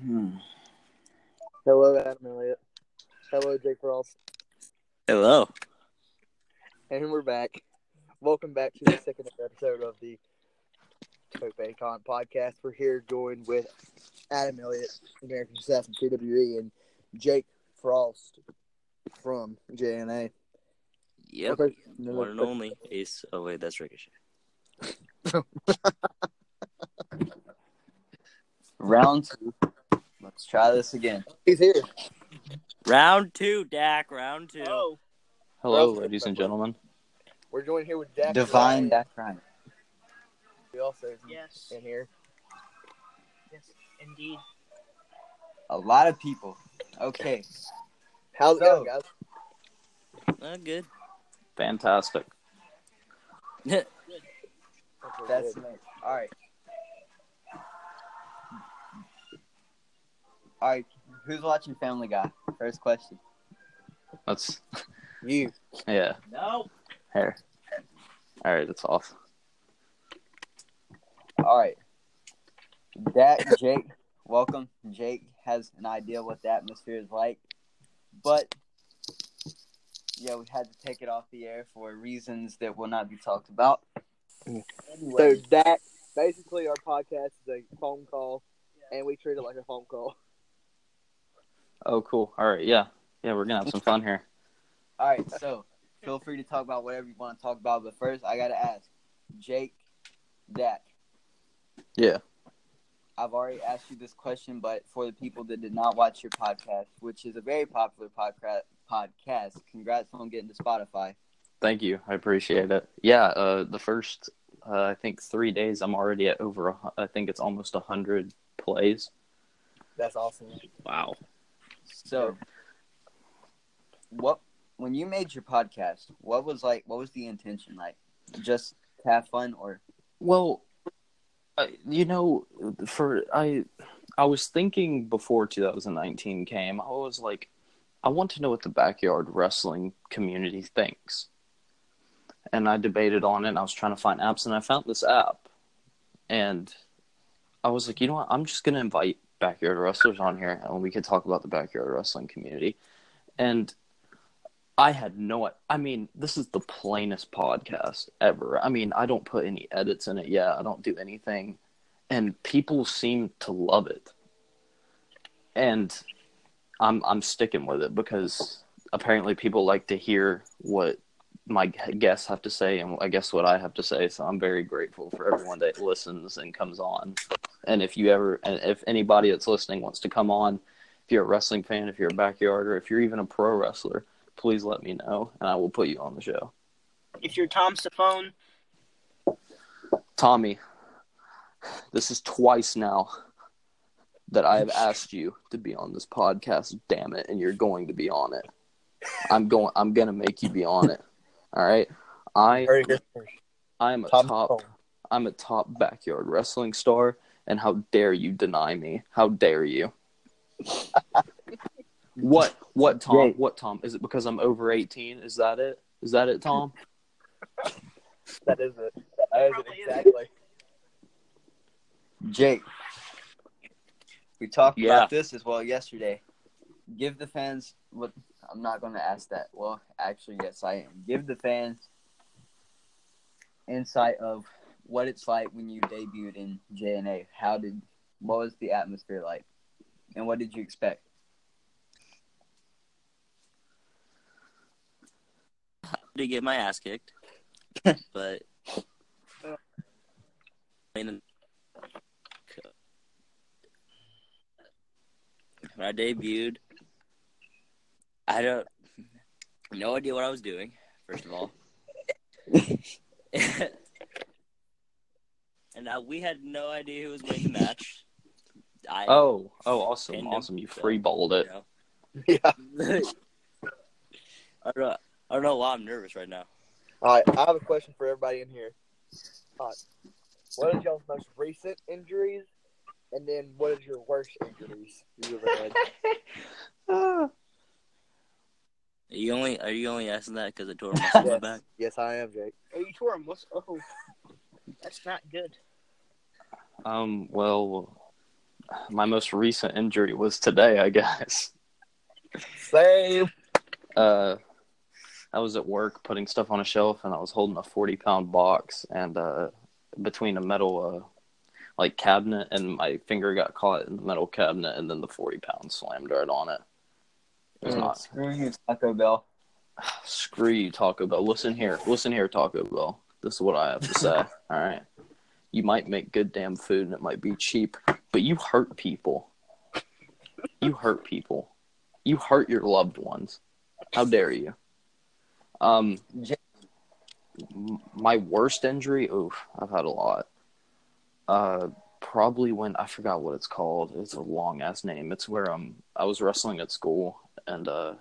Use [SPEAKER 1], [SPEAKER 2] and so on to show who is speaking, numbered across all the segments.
[SPEAKER 1] Hmm.
[SPEAKER 2] Hello, Adam Elliott. Hello, Jake Ross.
[SPEAKER 1] Hello.
[SPEAKER 2] And we're back. Welcome back to the second episode of the Tope Con podcast. We're here joined with Adam Elliott, American staff from CWE, E, and Jake Frost from JNA.
[SPEAKER 1] Yep.
[SPEAKER 2] Okay.
[SPEAKER 1] One and only Ace. Oh wait, that's Ricochet.
[SPEAKER 3] Round two. Let's try this again.
[SPEAKER 2] He's here.
[SPEAKER 1] Round two, Dak. Round two.
[SPEAKER 4] Oh.
[SPEAKER 5] Hello,
[SPEAKER 2] Well,
[SPEAKER 5] ladies and gentlemen.
[SPEAKER 2] We're joined here with Jack.
[SPEAKER 3] Divine
[SPEAKER 2] Ryan.
[SPEAKER 3] Dak Ryan.
[SPEAKER 2] We also is
[SPEAKER 4] Yes.
[SPEAKER 2] in here.
[SPEAKER 4] Yes, indeed.
[SPEAKER 3] A lot of people. Okay.
[SPEAKER 2] How's it going,
[SPEAKER 3] So-
[SPEAKER 2] guys?
[SPEAKER 1] Oh, good.
[SPEAKER 5] Fantastic.
[SPEAKER 2] Hope we're
[SPEAKER 3] That's
[SPEAKER 2] good.
[SPEAKER 3] nice. All right. All right. Who's watching Family Guy? First question.
[SPEAKER 5] That's
[SPEAKER 2] you.
[SPEAKER 5] yeah.
[SPEAKER 4] No.
[SPEAKER 5] Here. All right, that's off.
[SPEAKER 3] All right. Dak, Jake, welcome. Jake has an idea what the atmosphere is like, but yeah, we had to take it off the air for reasons that will not be talked about.
[SPEAKER 2] So
[SPEAKER 3] Anyway,
[SPEAKER 2] Dak, basically, our podcast is a phone call, and we treat it like a phone call.
[SPEAKER 5] Oh, cool. All right, yeah, yeah, we're gonna have some fun here.
[SPEAKER 3] all right. So feel free to talk about whatever you want to talk about, but first I gotta ask, Jake, Dak.
[SPEAKER 5] Yeah.
[SPEAKER 3] I've already asked you this question, but for the people that did not watch your podcast, which is a very popular podcast, podcast, congrats on getting to Spotify.
[SPEAKER 5] Thank you. I appreciate it. Yeah. Uh, the first, uh, I think, three days, I'm already at over. A, hu- I think it's almost a hundred plays.
[SPEAKER 2] That's awesome.
[SPEAKER 1] Wow.
[SPEAKER 3] So, what when you made your podcast, what was like? What was the intention like? Just to have fun, or
[SPEAKER 5] Well, I- you know, for I, I was thinking before 2019 came, I was like, I want to know what the backyard wrestling community thinks, and I debated on it. And I was trying to find apps, and I found this app, and I was like, you know what? I'm just gonna invite backyard wrestlers on here, and we could talk about the backyard wrestling community, and. I had no. I mean, this is the plainest podcast ever. I mean, I don't put any edits in it. Yeah, I don't do anything, and people seem to love it. And I'm I'm sticking with it because apparently people like to hear what my guests have to say and I guess what I have to say. So I'm very grateful for everyone that listens and comes on. And if you ever, and if anybody that's listening wants to come on, if you're a wrestling fan, if you're a backyarder, if you're even a pro wrestler please let me know and I will put you on the show.
[SPEAKER 4] If you're Tom Stephone,
[SPEAKER 5] Tommy, this is twice now that I have asked you to be on this podcast, damn it, and you're going to be on it. I'm going I'm gonna make you be on it. All right. I
[SPEAKER 2] Very good.
[SPEAKER 5] I'm a
[SPEAKER 2] Tom
[SPEAKER 5] top
[SPEAKER 2] Stone.
[SPEAKER 5] I'm a top backyard wrestling star and how dare you deny me? How dare you? what what Tom
[SPEAKER 3] Right.
[SPEAKER 5] what Tom? Is it because I'm over eighteen? Is that it? Is that it, Tom?
[SPEAKER 2] That is it. That is it
[SPEAKER 4] Probably is.
[SPEAKER 2] exactly.
[SPEAKER 3] Jake? We talked
[SPEAKER 5] Yeah.
[SPEAKER 3] about this as well yesterday. Give the fans what I'm not going to ask that. Well, actually, yes, I am. Give the fans insight of what it's like when you debuted in JNA. How did what was the atmosphere like, and what did you expect?
[SPEAKER 1] To get my ass kicked, but I mean, when I debuted, I don't no idea what I was doing. First of all, and uh, we had no idea who was winning the match. I,
[SPEAKER 5] Oh, oh, awesome,
[SPEAKER 1] Pinned him.
[SPEAKER 5] awesome! You free balled
[SPEAKER 1] you
[SPEAKER 5] it.
[SPEAKER 1] know.
[SPEAKER 2] Yeah.
[SPEAKER 1] I don't, know- I don't know why I'm nervous right now.
[SPEAKER 2] All right. I have a question for everybody in here. All right. What is y'all's most recent injuries, and then what is your worst injuries you ever had?
[SPEAKER 1] Are you only are you only asking that because I tore my shoulder back?
[SPEAKER 2] yes, I am, Jake.
[SPEAKER 4] oh, you tore him. What's oh, that's not good.
[SPEAKER 5] Um, well, my most recent injury was today, I guess.
[SPEAKER 2] Same.
[SPEAKER 5] Uh, I was at work putting stuff on a shelf, and I was holding a forty-pound box, and uh, between a metal uh, like cabinet, and my finger got caught in the metal cabinet, and then the forty pound slammed right on it. It was not.
[SPEAKER 3] Screw you, Taco Bell.
[SPEAKER 5] Screw you, Taco Bell. Listen here. Listen here, Taco Bell. This is what I have to say. All right. You might make good damn food and it might be cheap, but you hurt people. You hurt people. You hurt your loved ones. How dare you? Um,
[SPEAKER 3] J-
[SPEAKER 5] m- my worst injury. Oof, I've had a lot. Uh, probably when I forgot what it's called. It's a long ass name. It's where um I was wrestling at school and uh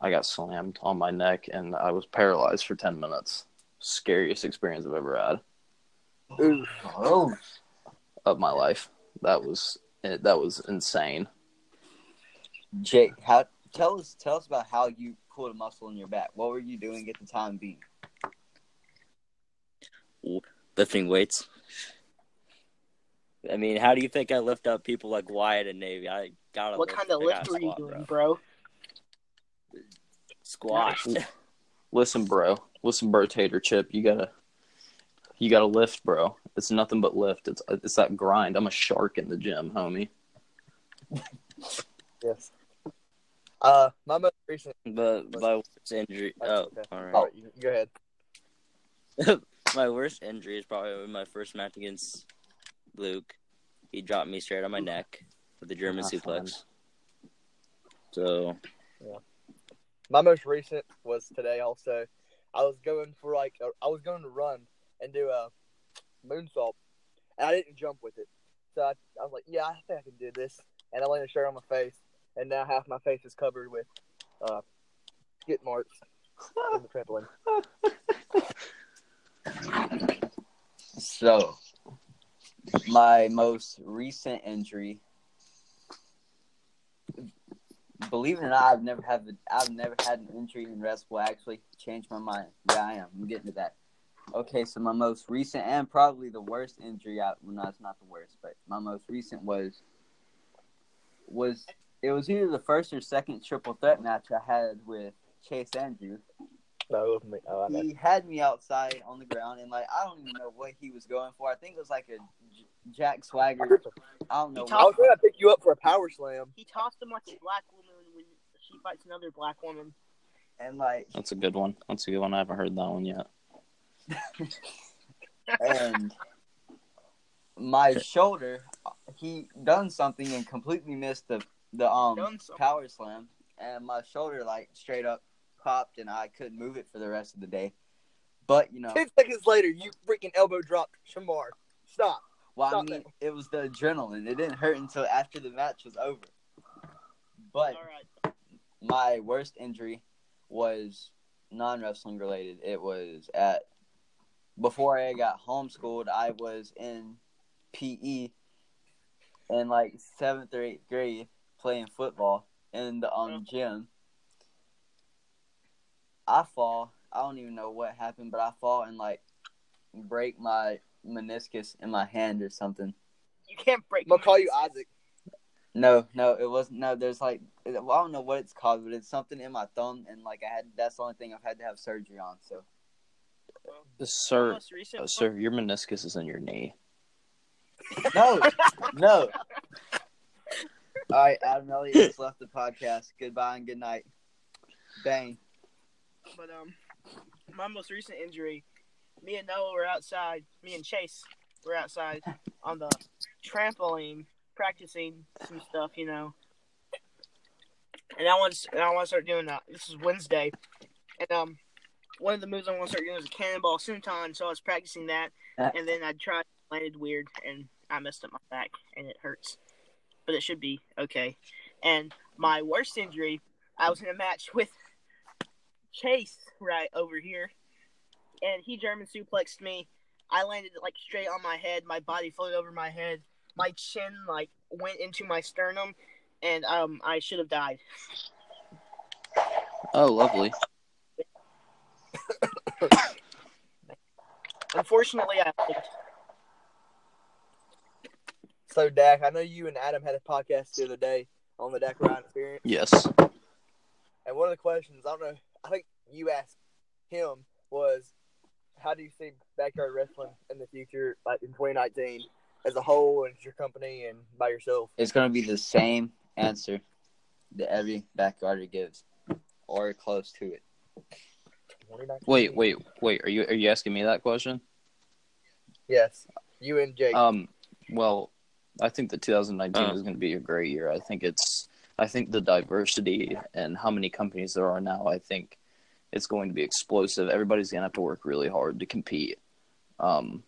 [SPEAKER 5] I got slammed on my neck and I was paralyzed for 10 minutes. Scariest experience I've ever had
[SPEAKER 2] Oof.
[SPEAKER 3] Oh,
[SPEAKER 5] of my life. That was eh, that was insane.
[SPEAKER 3] Jake, how? Tell us, tell us about how you pulled a muscle in your back. What were you doing at the time being?
[SPEAKER 1] Lifting weights. I mean, how do you think I lift up people like Wyatt and Navy? I gotta.
[SPEAKER 4] What
[SPEAKER 1] lift,
[SPEAKER 4] kind of
[SPEAKER 1] I
[SPEAKER 4] lift
[SPEAKER 1] gotta
[SPEAKER 4] were you
[SPEAKER 1] squat,
[SPEAKER 4] doing,
[SPEAKER 1] bro.
[SPEAKER 4] bro?
[SPEAKER 1] Squat.
[SPEAKER 5] Listen, bro. Listen, bro, tater chip. You gotta you gotta lift, bro. It's nothing but lift. It's it's that grind. I'm a shark in the gym, homie.
[SPEAKER 2] Yes. Uh, my most recent.
[SPEAKER 1] But my worst injury.
[SPEAKER 2] That's
[SPEAKER 1] Oh,
[SPEAKER 2] okay.
[SPEAKER 1] all right.
[SPEAKER 2] Oh, you, go ahead.
[SPEAKER 1] my worst injury is probably my first match against Luke. He dropped me straight on my neck with the German
[SPEAKER 4] Ah,
[SPEAKER 5] Not
[SPEAKER 1] suplex. So
[SPEAKER 2] My most recent was today. Also, I was going for like a, I was going to run and do a moonsault, and I didn't jump with it. So I, I was like, "Yeah, I think I can do this," and I landed straight on my face, and now half my face is covered with uh, skid marks from the trampoline.
[SPEAKER 3] So, my most recent injury. Believe it or not, I've never had I've never had an injury in wrestling. Actually, changed my mind. Yeah, I am. I'm getting to that. Okay, so my most recent and probably the worst injury. I, well, no, it's not the worst, but my most recent was was it was either the first or second triple threat match I had with Chase Andrews
[SPEAKER 2] No, me. Oh, I know.
[SPEAKER 3] he had me outside on the ground and like I don't even know what he was going for. I think it was like a J- Jack Swagger. I don't know.
[SPEAKER 2] I was
[SPEAKER 3] What,
[SPEAKER 2] going to pick you up for a power slam.
[SPEAKER 4] He tossed him like a black woman when she fights another black woman.
[SPEAKER 3] and like
[SPEAKER 5] That's a good one. That's a good one. I haven't heard that one yet.
[SPEAKER 3] and my shoulder, he done something and completely missed the the um
[SPEAKER 4] Done something.
[SPEAKER 3] power slam, and my shoulder like straight up popped and I couldn't move it for the rest of the day. But you know,
[SPEAKER 2] Ten seconds later, you freaking elbow dropped Shamar. Stop.
[SPEAKER 3] well, I
[SPEAKER 2] Stop
[SPEAKER 3] mean, it was the adrenaline. It didn't hurt until after the match was over. But
[SPEAKER 4] All right.
[SPEAKER 3] my worst injury was non wrestling related. It was at before I got homeschooled, I was in PE in like seventh or eighth grade playing football in the um gym. I fall. I don't even know what happened, but I fall and like break my meniscus in my hand or something.
[SPEAKER 4] You can't break.
[SPEAKER 2] I'm going
[SPEAKER 4] my
[SPEAKER 2] to call you
[SPEAKER 4] wrist.
[SPEAKER 2] Isaac.
[SPEAKER 3] No, no, it wasn't. No, there's like, well, I don't know what it's called, but it's something in my thumb, and like I had, that's the only thing I've had to have surgery on. So,
[SPEAKER 4] My
[SPEAKER 5] Sir,
[SPEAKER 4] most recent
[SPEAKER 5] uh,
[SPEAKER 4] one-
[SPEAKER 5] sir, your meniscus is in your knee.
[SPEAKER 3] no, no. All right, Adam Elliott has left the podcast. Goodbye and good night. Bang.
[SPEAKER 4] But um, my most recent injury, me and Noah were outside. Me and Chase were outside on the trampoline practicing some stuff, you know. And I want to, and I want to start doing that. This is Wednesday, and um, one of the moves I want to start doing is a cannonball senton. So I was practicing that, and then I tried, landed weird, and I messed up my back, and it hurts. But it should be okay. And my worst injury, I was in a match with Chase right over here, and he German suplexed me. I landed like straight on my head. My body floated over my head. My chin like went into my sternum, and um, I should have died.
[SPEAKER 5] Oh, lovely.
[SPEAKER 4] Unfortunately, I lived.
[SPEAKER 2] so Dak, I know you and Adam had a podcast the other day on the Dak Ryan experience,
[SPEAKER 5] Yes.
[SPEAKER 2] and one of the questions I don't know, I think you asked him was, "How do you see backyard wrestling in the future, like in 2019, as a whole, and as your company and by yourself?"
[SPEAKER 3] It's gonna be the same answer that every backyarder gives, or close to it.
[SPEAKER 2] 2019?
[SPEAKER 5] Wait, wait, wait. Are you are you asking me that question?
[SPEAKER 2] Yes, you and Jake.
[SPEAKER 5] Um, well, I think that 2019
[SPEAKER 1] Uh.
[SPEAKER 5] is going to be a great year. I think it's, I think the diversity and how many companies there are now, I think it's going to be explosive. Everybody's going to have to work really hard to compete. Um,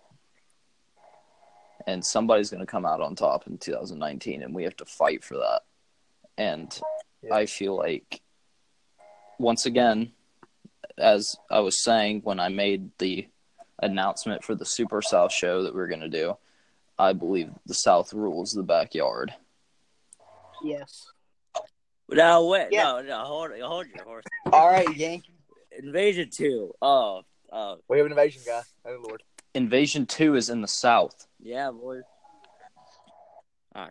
[SPEAKER 5] and somebody's going to come out on top in 2019, and we have to fight for that. And
[SPEAKER 2] Yeah.
[SPEAKER 5] I feel like, once again, as I was saying when I made the announcement for the Super South show that we are going to do, I believe the South rules the backyard.
[SPEAKER 4] Yes.
[SPEAKER 1] No, wait,
[SPEAKER 4] Yeah.
[SPEAKER 1] no, no, hold, hold your horse.
[SPEAKER 3] All right, Yankee.
[SPEAKER 1] Invasion two. Oh, oh,
[SPEAKER 2] we have an invasion guy. Oh Lord,
[SPEAKER 5] Invasion 2 is in the South.
[SPEAKER 1] yeah, boy. Ah,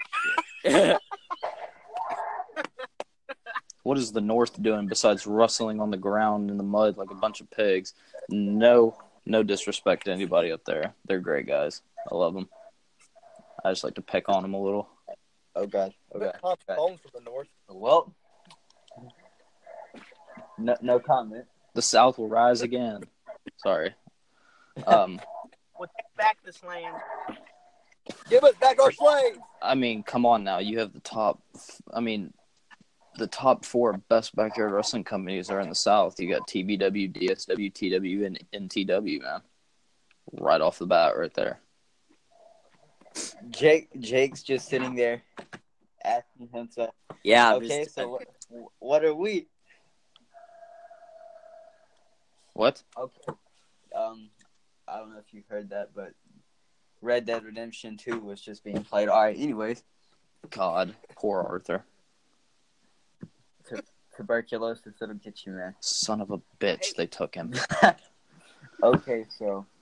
[SPEAKER 1] shit.
[SPEAKER 5] What is the North doing besides rustling on the ground in the mud like a bunch of pigs? No, no disrespect to anybody up there. They're great guys. I love them. I just like to pick on them a little.
[SPEAKER 3] Oh god. Oh god.
[SPEAKER 2] Tom
[SPEAKER 3] God.
[SPEAKER 2] Holmes from the north.
[SPEAKER 3] Well, no, no comment.
[SPEAKER 5] The South will rise again. Sorry. Um,
[SPEAKER 4] We'll take back this land.
[SPEAKER 2] Give us back our slaves.
[SPEAKER 5] I mean, come on now. You have the top. I mean, the top four best backyard wrestling companies are in the South. You got TBW, DSW, TW, and NTW, man. Right off the bat, right there.
[SPEAKER 3] Jake. Jake's just sitting there, asking himself,
[SPEAKER 1] yeah. I'm
[SPEAKER 3] "Okay,
[SPEAKER 1] just-
[SPEAKER 3] so what, what are we?"
[SPEAKER 5] What?
[SPEAKER 3] Okay. Um, I don't know if you heard that, but Red Dead Redemption Two was just being played. All right. Anyways,
[SPEAKER 5] God, poor Arthur.
[SPEAKER 3] tuberculosis it'll get you, man.
[SPEAKER 5] Son of a bitch, they took him.
[SPEAKER 3] Okay, so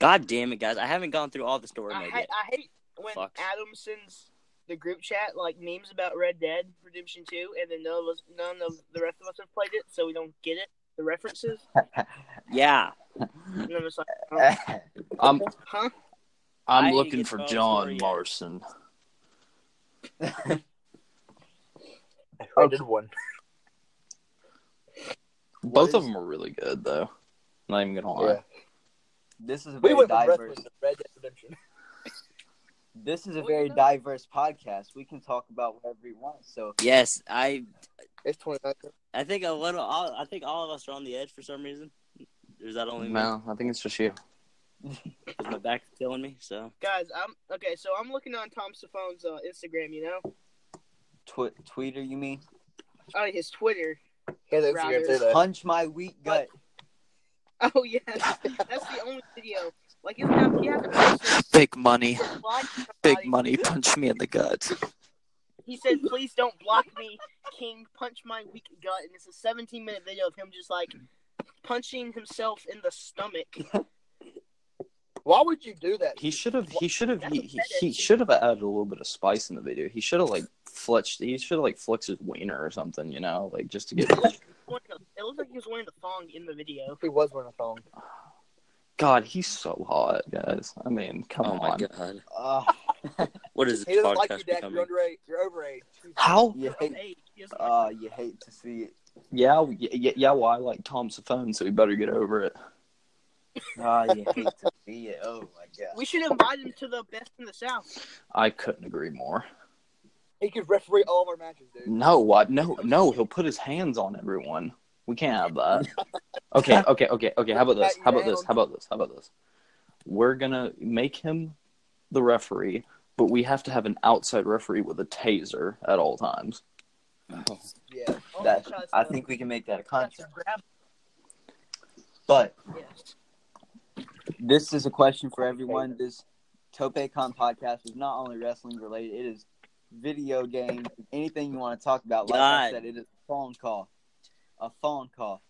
[SPEAKER 1] God damn it, guys! I haven't gone through all the story
[SPEAKER 4] I,
[SPEAKER 1] mode
[SPEAKER 4] ha-
[SPEAKER 1] yet.
[SPEAKER 4] I hate when
[SPEAKER 1] Fucks.
[SPEAKER 4] Adam sends the group chat like memes about Red Dead Redemption Two, and then none of us, none of the rest of us have played it, so we don't get it. The references,
[SPEAKER 1] Yeah,
[SPEAKER 4] and I'm just like, um,
[SPEAKER 5] I'm
[SPEAKER 4] huh?
[SPEAKER 1] I
[SPEAKER 5] I'm
[SPEAKER 1] need to
[SPEAKER 5] looking
[SPEAKER 1] get
[SPEAKER 5] for
[SPEAKER 1] to all the story
[SPEAKER 5] John
[SPEAKER 1] yet.
[SPEAKER 5] Larson.
[SPEAKER 2] I did one.
[SPEAKER 5] Both of
[SPEAKER 3] is-
[SPEAKER 5] them are really good though. Not even gonna lie.
[SPEAKER 3] this is a
[SPEAKER 2] We
[SPEAKER 3] very
[SPEAKER 2] went from wrestling
[SPEAKER 3] diverse.
[SPEAKER 2] to Red Dead Redemption.
[SPEAKER 3] This is a
[SPEAKER 4] Well,
[SPEAKER 3] very
[SPEAKER 4] you know-
[SPEAKER 3] diverse podcast. We can talk about whatever we want. So
[SPEAKER 1] yes, I,
[SPEAKER 2] It's 2019.
[SPEAKER 1] I think a little. All, I think all of us are on the edge for some reason. Is that only me?
[SPEAKER 5] No, I think it's just you.
[SPEAKER 1] Is my back killing me? So
[SPEAKER 4] Guys, I'm okay. So I'm looking on Tom Stefane's uh, Instagram. You know,
[SPEAKER 3] tw- Twitter, you mean?
[SPEAKER 4] on his Twitter.
[SPEAKER 2] Yeah, that's
[SPEAKER 4] Rather.
[SPEAKER 2] Instagram too, though.
[SPEAKER 3] Punch my weak gut.
[SPEAKER 4] Oh yeah, that's the only video. Like you have, you have to post
[SPEAKER 5] Big money.
[SPEAKER 4] it, block somebody.
[SPEAKER 5] punch me in the gut.
[SPEAKER 4] He said, "Please don't block me, King. Punch my weak gut." And it's a 17 minute video of him just like punching himself in the stomach.
[SPEAKER 2] Why would you do that?
[SPEAKER 5] He should have. He should have. He, he- he should have added a little bit of spice in the video. He should have like flexed. He should have like flexed his wiener or something. You know, like just to get.
[SPEAKER 4] wearing a- it looked like he was wearing the thong in the video.
[SPEAKER 2] He was wearing a thong.
[SPEAKER 5] God, he's so hot, guys. I mean, come
[SPEAKER 1] oh my
[SPEAKER 5] on.
[SPEAKER 1] god,
[SPEAKER 3] Uh,
[SPEAKER 1] what is
[SPEAKER 2] He
[SPEAKER 1] this
[SPEAKER 2] doesn't like you,
[SPEAKER 1] podcast
[SPEAKER 2] Dak. You're
[SPEAKER 1] becoming?
[SPEAKER 2] underage. You're overage.
[SPEAKER 5] How?
[SPEAKER 3] you hate.
[SPEAKER 4] Hey, he doesn't like
[SPEAKER 3] Uh, you hate to see it.
[SPEAKER 5] Yeah, y- yeah, yeah. Well, I like Tom's phone, so we better get over it.
[SPEAKER 3] Ah, you hate to see it. Oh my god.
[SPEAKER 4] We should invite him to the best in the South.
[SPEAKER 5] I couldn't agree more.
[SPEAKER 2] He could referee all of our matches, dude.
[SPEAKER 5] No, I, no, no. He'll put his hands on everyone. We can't have that. Okay, okay, okay, okay. How about this? How about this? How about this? How about this? We're gonna make him the referee, but we have to have an outside referee with a taser at all times. Oh,
[SPEAKER 2] Yeah.
[SPEAKER 4] All
[SPEAKER 3] That,
[SPEAKER 4] the shots,
[SPEAKER 3] I
[SPEAKER 4] though.
[SPEAKER 3] think we can make that a
[SPEAKER 4] Shots
[SPEAKER 3] contract.
[SPEAKER 4] are grab-
[SPEAKER 3] But
[SPEAKER 4] yes.
[SPEAKER 3] this is a question for everyone. This TopeCon podcast is not only wrestling related; it is video games, anything you want to talk about. Like I
[SPEAKER 1] God.
[SPEAKER 3] said, it is a phone call, a phone call.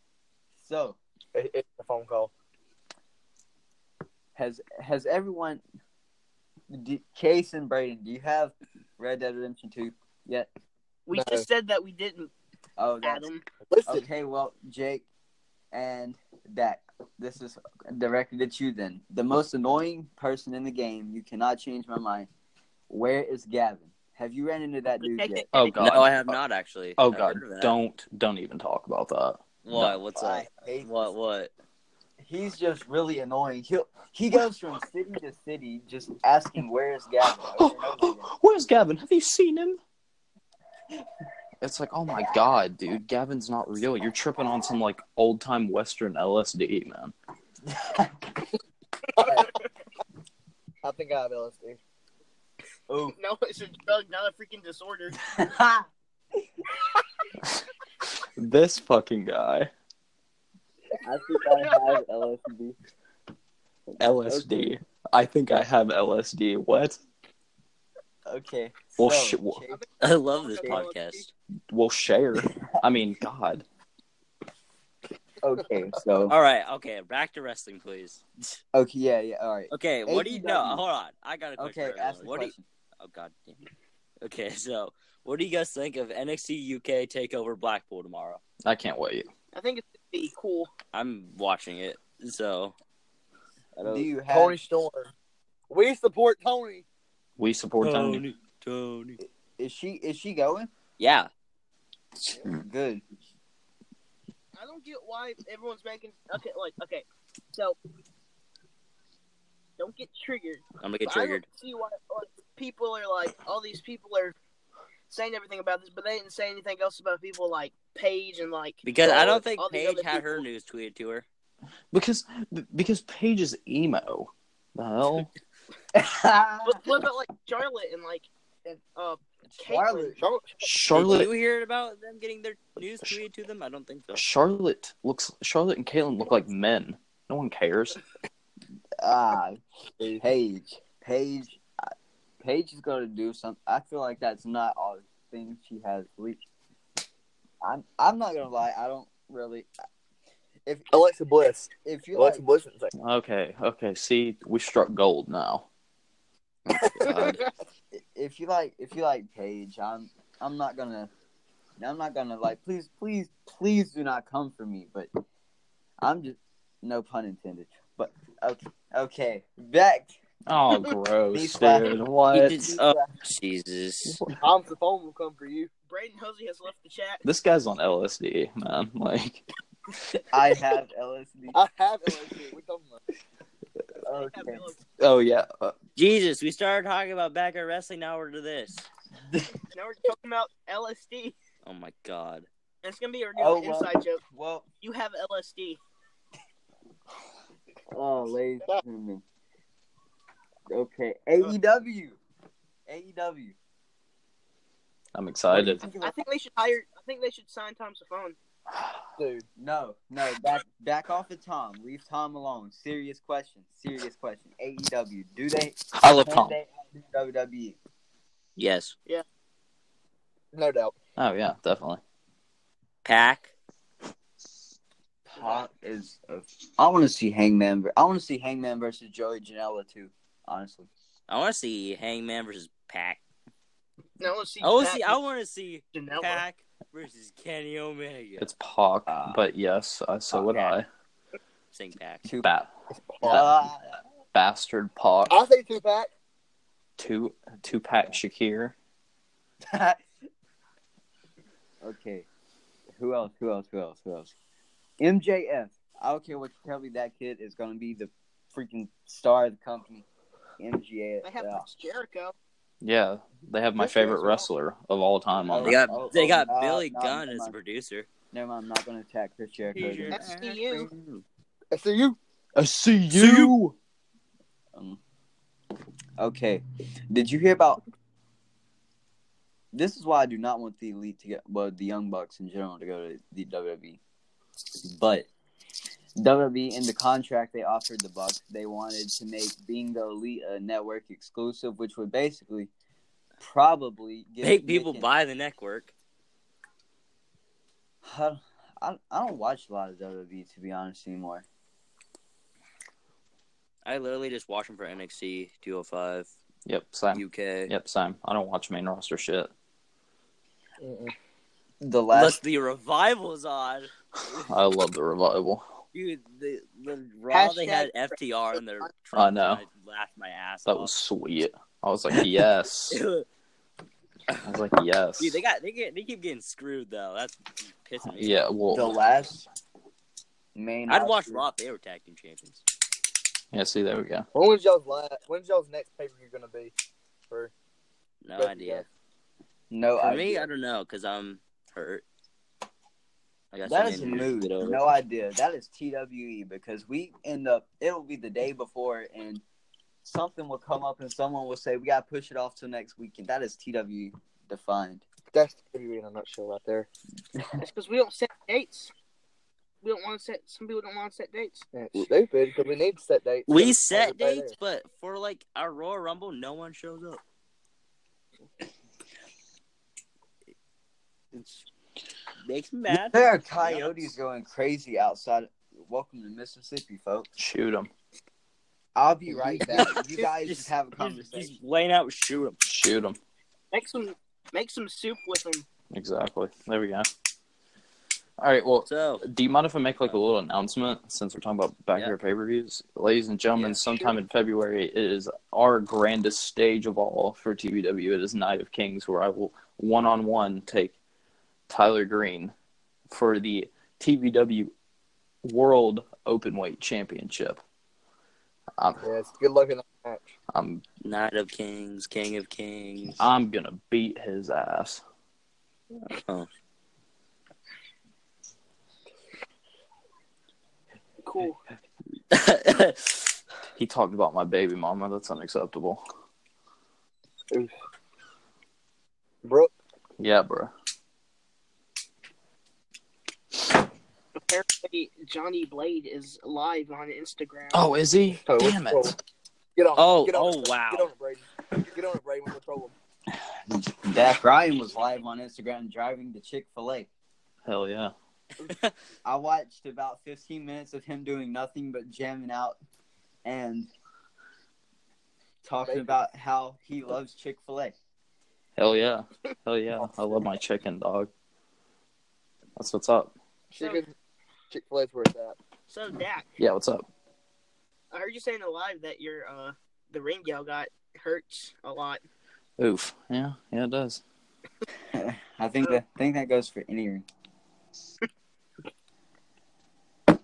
[SPEAKER 3] So
[SPEAKER 2] It, it's a phone call.
[SPEAKER 3] has has everyone D- Case and Braden, do you have Red Dead Redemption Two yet?
[SPEAKER 4] We
[SPEAKER 2] No.
[SPEAKER 4] just said that we didn't,
[SPEAKER 3] Oh, that's
[SPEAKER 4] Adam.
[SPEAKER 2] Listen,
[SPEAKER 3] okay. Well, Jake and Dak, this is directed at you. Then the most annoying person in the game. You cannot change my mind. Where is Gavin? Have you ran into that dude yet?
[SPEAKER 5] Oh God.
[SPEAKER 1] No, I have not actually.
[SPEAKER 5] Oh
[SPEAKER 1] I've
[SPEAKER 5] God.
[SPEAKER 1] heard of that.
[SPEAKER 5] Don't don't even talk about that.
[SPEAKER 1] Why? What's up?
[SPEAKER 3] I hate
[SPEAKER 1] What? What?
[SPEAKER 3] he's just really annoying. He he goes from city to city, just asking where is Gavin. over and over again.
[SPEAKER 5] where's Gavin? Have you seen him? It's like, oh my god, dude, Gavin's not real. You're tripping on some like old time Western LSD, man.
[SPEAKER 2] I think I have LSD.
[SPEAKER 3] Oh,
[SPEAKER 4] No, it's a drug, not a freaking disorder.
[SPEAKER 5] This fucking guy,
[SPEAKER 3] I think I have LSD.
[SPEAKER 5] LSD. I think I have LSD. What?
[SPEAKER 3] Okay.
[SPEAKER 5] Well,
[SPEAKER 3] so,
[SPEAKER 5] shit, wha-
[SPEAKER 3] Chase,
[SPEAKER 1] I love this
[SPEAKER 4] Okay.
[SPEAKER 1] podcast.
[SPEAKER 5] Well, share. I mean, God.
[SPEAKER 3] okay, so
[SPEAKER 1] All right. Okay. Back to wrestling, please.
[SPEAKER 3] okay, yeah, yeah, all right.
[SPEAKER 1] Okay. What do you know?
[SPEAKER 3] AEW.
[SPEAKER 1] Hold on. I got a question.
[SPEAKER 3] Okay,
[SPEAKER 1] for
[SPEAKER 3] ask
[SPEAKER 1] everyone.
[SPEAKER 3] the
[SPEAKER 1] what
[SPEAKER 3] question.
[SPEAKER 1] Do you... Oh God. Damn it. Okay. So, what do you guys think of NXT UK Takeover Blackpool tomorrow?
[SPEAKER 5] I can't wait.
[SPEAKER 4] I think it's gonna be cool.
[SPEAKER 1] I'm watching it. So. I don't-
[SPEAKER 3] Do you have
[SPEAKER 2] Tony Storm. We support Tony.
[SPEAKER 5] We support
[SPEAKER 1] Oh,
[SPEAKER 5] Tony.
[SPEAKER 1] Tony.
[SPEAKER 3] is she is she going?
[SPEAKER 1] Yeah.
[SPEAKER 5] Hmm.
[SPEAKER 3] Good.
[SPEAKER 4] I don't get why everyone's making okay, like okay, so don't get triggered.
[SPEAKER 1] I'm gonna get
[SPEAKER 4] But I
[SPEAKER 1] triggered.
[SPEAKER 4] don't see why like, people are like all these people are saying everything about this, but they didn't say anything else about people like Paige and like
[SPEAKER 1] Because I don't
[SPEAKER 4] all
[SPEAKER 1] think
[SPEAKER 4] these
[SPEAKER 1] Paige
[SPEAKER 4] other
[SPEAKER 1] had her
[SPEAKER 4] people.
[SPEAKER 1] news tweeted to her.
[SPEAKER 5] Because because Paige is emo. The hell?
[SPEAKER 4] But what about like Charlotte and like and uh
[SPEAKER 3] Charlotte.
[SPEAKER 2] Charlotte.
[SPEAKER 1] Did you
[SPEAKER 5] Charlotte
[SPEAKER 1] hear about them getting their news
[SPEAKER 5] Sh-
[SPEAKER 1] tweeted to them? I don't think so.
[SPEAKER 5] Charlotte looks Charlotte and Caitlyn look like men. No one cares.
[SPEAKER 3] Ah, Paige. Paige. I- Paige is going to do something. I feel like that's not all the things she has leaked. I'm. I'm not going to lie. I don't really. If
[SPEAKER 2] Alexa Bliss.
[SPEAKER 3] if you like,
[SPEAKER 2] Alexa Bliss. is like-
[SPEAKER 5] Okay, okay. See, we struck gold now. God.
[SPEAKER 3] if you like, if you like Paige, I'm. I'm not gonna. I'm not gonna like. Please, please, please do not come for me. But I'm just. No pun intended. But okay, okay. Back.
[SPEAKER 5] Oh, gross,
[SPEAKER 3] He's
[SPEAKER 5] dude.
[SPEAKER 3] laughing.
[SPEAKER 5] What?
[SPEAKER 1] He did- Oh, Jesus.
[SPEAKER 2] I'm the phone will come for you.
[SPEAKER 4] Braden Hosey has left the chat.
[SPEAKER 5] This guy's on LSD, man. Like,
[SPEAKER 3] I have LSD.
[SPEAKER 2] I have LSD. What the fuck?
[SPEAKER 3] Okay.
[SPEAKER 5] oh yeah, uh,
[SPEAKER 1] Jesus, we started talking about backyard wrestling, now we're to this.
[SPEAKER 4] Now we're talking about LSD. And
[SPEAKER 1] Oh my god.
[SPEAKER 4] It's gonna be our new
[SPEAKER 3] Oh, well.
[SPEAKER 4] inside joke.
[SPEAKER 3] Well.
[SPEAKER 4] You have LSD.
[SPEAKER 3] Oh, ladies and gentlemen. Okay, E AEW. AEW.
[SPEAKER 5] I'm excited.
[SPEAKER 4] I think they should hire. I think they should sign Tom Safone.
[SPEAKER 2] Dude,
[SPEAKER 3] No, no, back back off of Tom. Leave Tom alone. Serious question. Serious question. AEW. Do they?
[SPEAKER 5] I love
[SPEAKER 3] can
[SPEAKER 5] Tom.
[SPEAKER 3] They outdo WWE.
[SPEAKER 1] Yes.
[SPEAKER 2] no doubt.
[SPEAKER 5] Oh yeah, definitely.
[SPEAKER 1] Pack.
[SPEAKER 3] Tom is. a- I want to see Hangman. ver- I want to see Hangman versus Joey Janela too. Honestly.
[SPEAKER 1] I wanna see Hangman versus Pack.
[SPEAKER 4] No, let's see.
[SPEAKER 1] I wanna
[SPEAKER 4] Pat
[SPEAKER 1] see I wanna see
[SPEAKER 4] Janela.
[SPEAKER 1] Pack versus Kenny Omega.
[SPEAKER 5] It's Pac,
[SPEAKER 1] Uh,
[SPEAKER 3] Ah.
[SPEAKER 5] but yes, I so would I.
[SPEAKER 1] Sing Pack.
[SPEAKER 3] Two.
[SPEAKER 5] Bat,
[SPEAKER 3] Uh,
[SPEAKER 5] bastard Pac,
[SPEAKER 1] Oh.
[SPEAKER 2] I say Tupac.
[SPEAKER 5] two two pack Shakir.
[SPEAKER 3] okay. Who else? Who else? Who else? Who else? MJF. I don't care what you tell me. That kid is going to be the freaking star of the company. MJF.
[SPEAKER 4] They have
[SPEAKER 3] Yeah.
[SPEAKER 4] Jericho.
[SPEAKER 5] Yeah, they have my
[SPEAKER 3] This guy's
[SPEAKER 5] favorite
[SPEAKER 3] awesome.
[SPEAKER 5] wrestler of all time on
[SPEAKER 1] They
[SPEAKER 3] Oh,
[SPEAKER 5] there.
[SPEAKER 1] got
[SPEAKER 3] oh,
[SPEAKER 1] they
[SPEAKER 3] oh,
[SPEAKER 1] got
[SPEAKER 3] nah,
[SPEAKER 1] Billy
[SPEAKER 3] nah,
[SPEAKER 1] Gunn
[SPEAKER 3] never
[SPEAKER 1] as a
[SPEAKER 3] mind.
[SPEAKER 1] producer.
[SPEAKER 3] Never mind. I'm not going to attack Chris Jericho. again.
[SPEAKER 4] SCU.
[SPEAKER 2] I see you.
[SPEAKER 5] I see
[SPEAKER 1] See
[SPEAKER 5] you.
[SPEAKER 3] Um, okay. Did you hear about? This is why I do not want the elite to get, well, the young bucks in general to go to the WWE. But WWE in the contract they offered the bucks, they wanted to make being the elite a network exclusive, which would basically probably give
[SPEAKER 1] Make people
[SPEAKER 3] it-
[SPEAKER 1] buy the network.
[SPEAKER 3] I, I, I don't watch a lot of WWE to be honest anymore.
[SPEAKER 1] oh I literally just watch him for NXT 205
[SPEAKER 5] Yep, Sam.
[SPEAKER 1] UK.
[SPEAKER 5] Yep, Sam. I don't watch main roster shit.
[SPEAKER 2] Mm-mm.
[SPEAKER 3] The
[SPEAKER 1] Unless
[SPEAKER 3] last
[SPEAKER 1] the revival's on,
[SPEAKER 5] I love the revival.
[SPEAKER 1] dude. The, the raw they
[SPEAKER 4] Hashtag-
[SPEAKER 1] had FTR in
[SPEAKER 3] Oh,
[SPEAKER 1] their. trunk,
[SPEAKER 5] I know.
[SPEAKER 1] and I laughed my ass
[SPEAKER 5] That
[SPEAKER 1] off.
[SPEAKER 5] was sweet. I was like, yes. I was like, yes.
[SPEAKER 1] Dude, they got they get they keep getting screwed though. That's pissing me.
[SPEAKER 5] Yeah,
[SPEAKER 3] the
[SPEAKER 5] well,
[SPEAKER 3] last main.
[SPEAKER 1] I'd watch
[SPEAKER 3] roster-
[SPEAKER 1] Raw if they were tag team champions.
[SPEAKER 5] yeah. See, there we go.
[SPEAKER 2] When was y'all's last? When's y'all's next pay per view gonna be? For
[SPEAKER 1] No
[SPEAKER 2] both of
[SPEAKER 1] idea.
[SPEAKER 2] y'all?
[SPEAKER 3] No
[SPEAKER 1] For me,
[SPEAKER 3] idea.
[SPEAKER 1] I don't know because I'm hurt. I got
[SPEAKER 3] that
[SPEAKER 1] some
[SPEAKER 3] is a
[SPEAKER 1] injuries to
[SPEAKER 3] move.
[SPEAKER 1] get over.
[SPEAKER 3] No idea. That is TWE because we end up. It'll be the day before, and something will come up, and someone will say we got to push it off till next weekend. That is TWE defined.
[SPEAKER 2] That's WWE in a nutshell right there.
[SPEAKER 4] That's because we don't set dates. We don't want to set. Some people don't want to set dates.
[SPEAKER 2] And it's stupid because we need set dates.
[SPEAKER 1] we
[SPEAKER 2] That's
[SPEAKER 1] set
[SPEAKER 2] right
[SPEAKER 1] dates, but for like our Royal Rumble, no one shows up. It's makes me mad.
[SPEAKER 3] There are coyotes going crazy outside. Welcome to Mississippi, folks.
[SPEAKER 5] Shoot him.
[SPEAKER 3] I'll be right back. You guys
[SPEAKER 1] Just-
[SPEAKER 3] just have a
[SPEAKER 1] He's,
[SPEAKER 3] conversation.
[SPEAKER 1] he's laying out, shoot him.
[SPEAKER 5] Shoot him.
[SPEAKER 4] Make some, make some soup with them.
[SPEAKER 5] Exactly. There we go. All right. Well,
[SPEAKER 1] So
[SPEAKER 5] do you mind if I make like a little announcement since we're talking about backyard pay per views? Ladies and gentlemen,
[SPEAKER 1] Yeah,
[SPEAKER 5] sometime in February it is our grandest stage of all for TBW. It is Night of Kings, where I will one on one take Tyler Green for the TBW World Openweight Championship. I'm,
[SPEAKER 2] there. Yes. Good luck in that match.
[SPEAKER 5] I'm
[SPEAKER 1] Knight of Kings, King of Kings.
[SPEAKER 5] I'm gonna beat his ass.
[SPEAKER 4] Cool.
[SPEAKER 5] He talked about my baby mama. That's unacceptable.
[SPEAKER 2] Brooke,
[SPEAKER 5] Yeah, bro.
[SPEAKER 4] Apparently, Johnny Blade is live on Instagram.
[SPEAKER 5] Oh, is he?
[SPEAKER 2] Oh,
[SPEAKER 5] Damn
[SPEAKER 2] what's
[SPEAKER 5] it.
[SPEAKER 2] get on.
[SPEAKER 1] Oh,
[SPEAKER 2] get on
[SPEAKER 1] oh,
[SPEAKER 2] it,
[SPEAKER 1] wow.
[SPEAKER 2] Get on it, Brady. Get on it, Brady. What's the problem?
[SPEAKER 3] Dak Ryan was live on Instagram driving to Chick Fil A.
[SPEAKER 5] Hell yeah.
[SPEAKER 3] I watched about 15 minutes of him doing nothing but jamming out and talking about how he loves Chick Fil A.
[SPEAKER 5] Hell yeah. Hell yeah. I love my chicken, dog. That's what's up.
[SPEAKER 2] Chicken, Chick Fil A's where it's at.
[SPEAKER 4] So Dak,
[SPEAKER 5] Yeah, what's up?
[SPEAKER 4] I heard you saying alive that your uh the ring gal got hurts a lot.
[SPEAKER 5] Oof. Yeah, yeah, it does.
[SPEAKER 3] I think that I think that goes for any ring.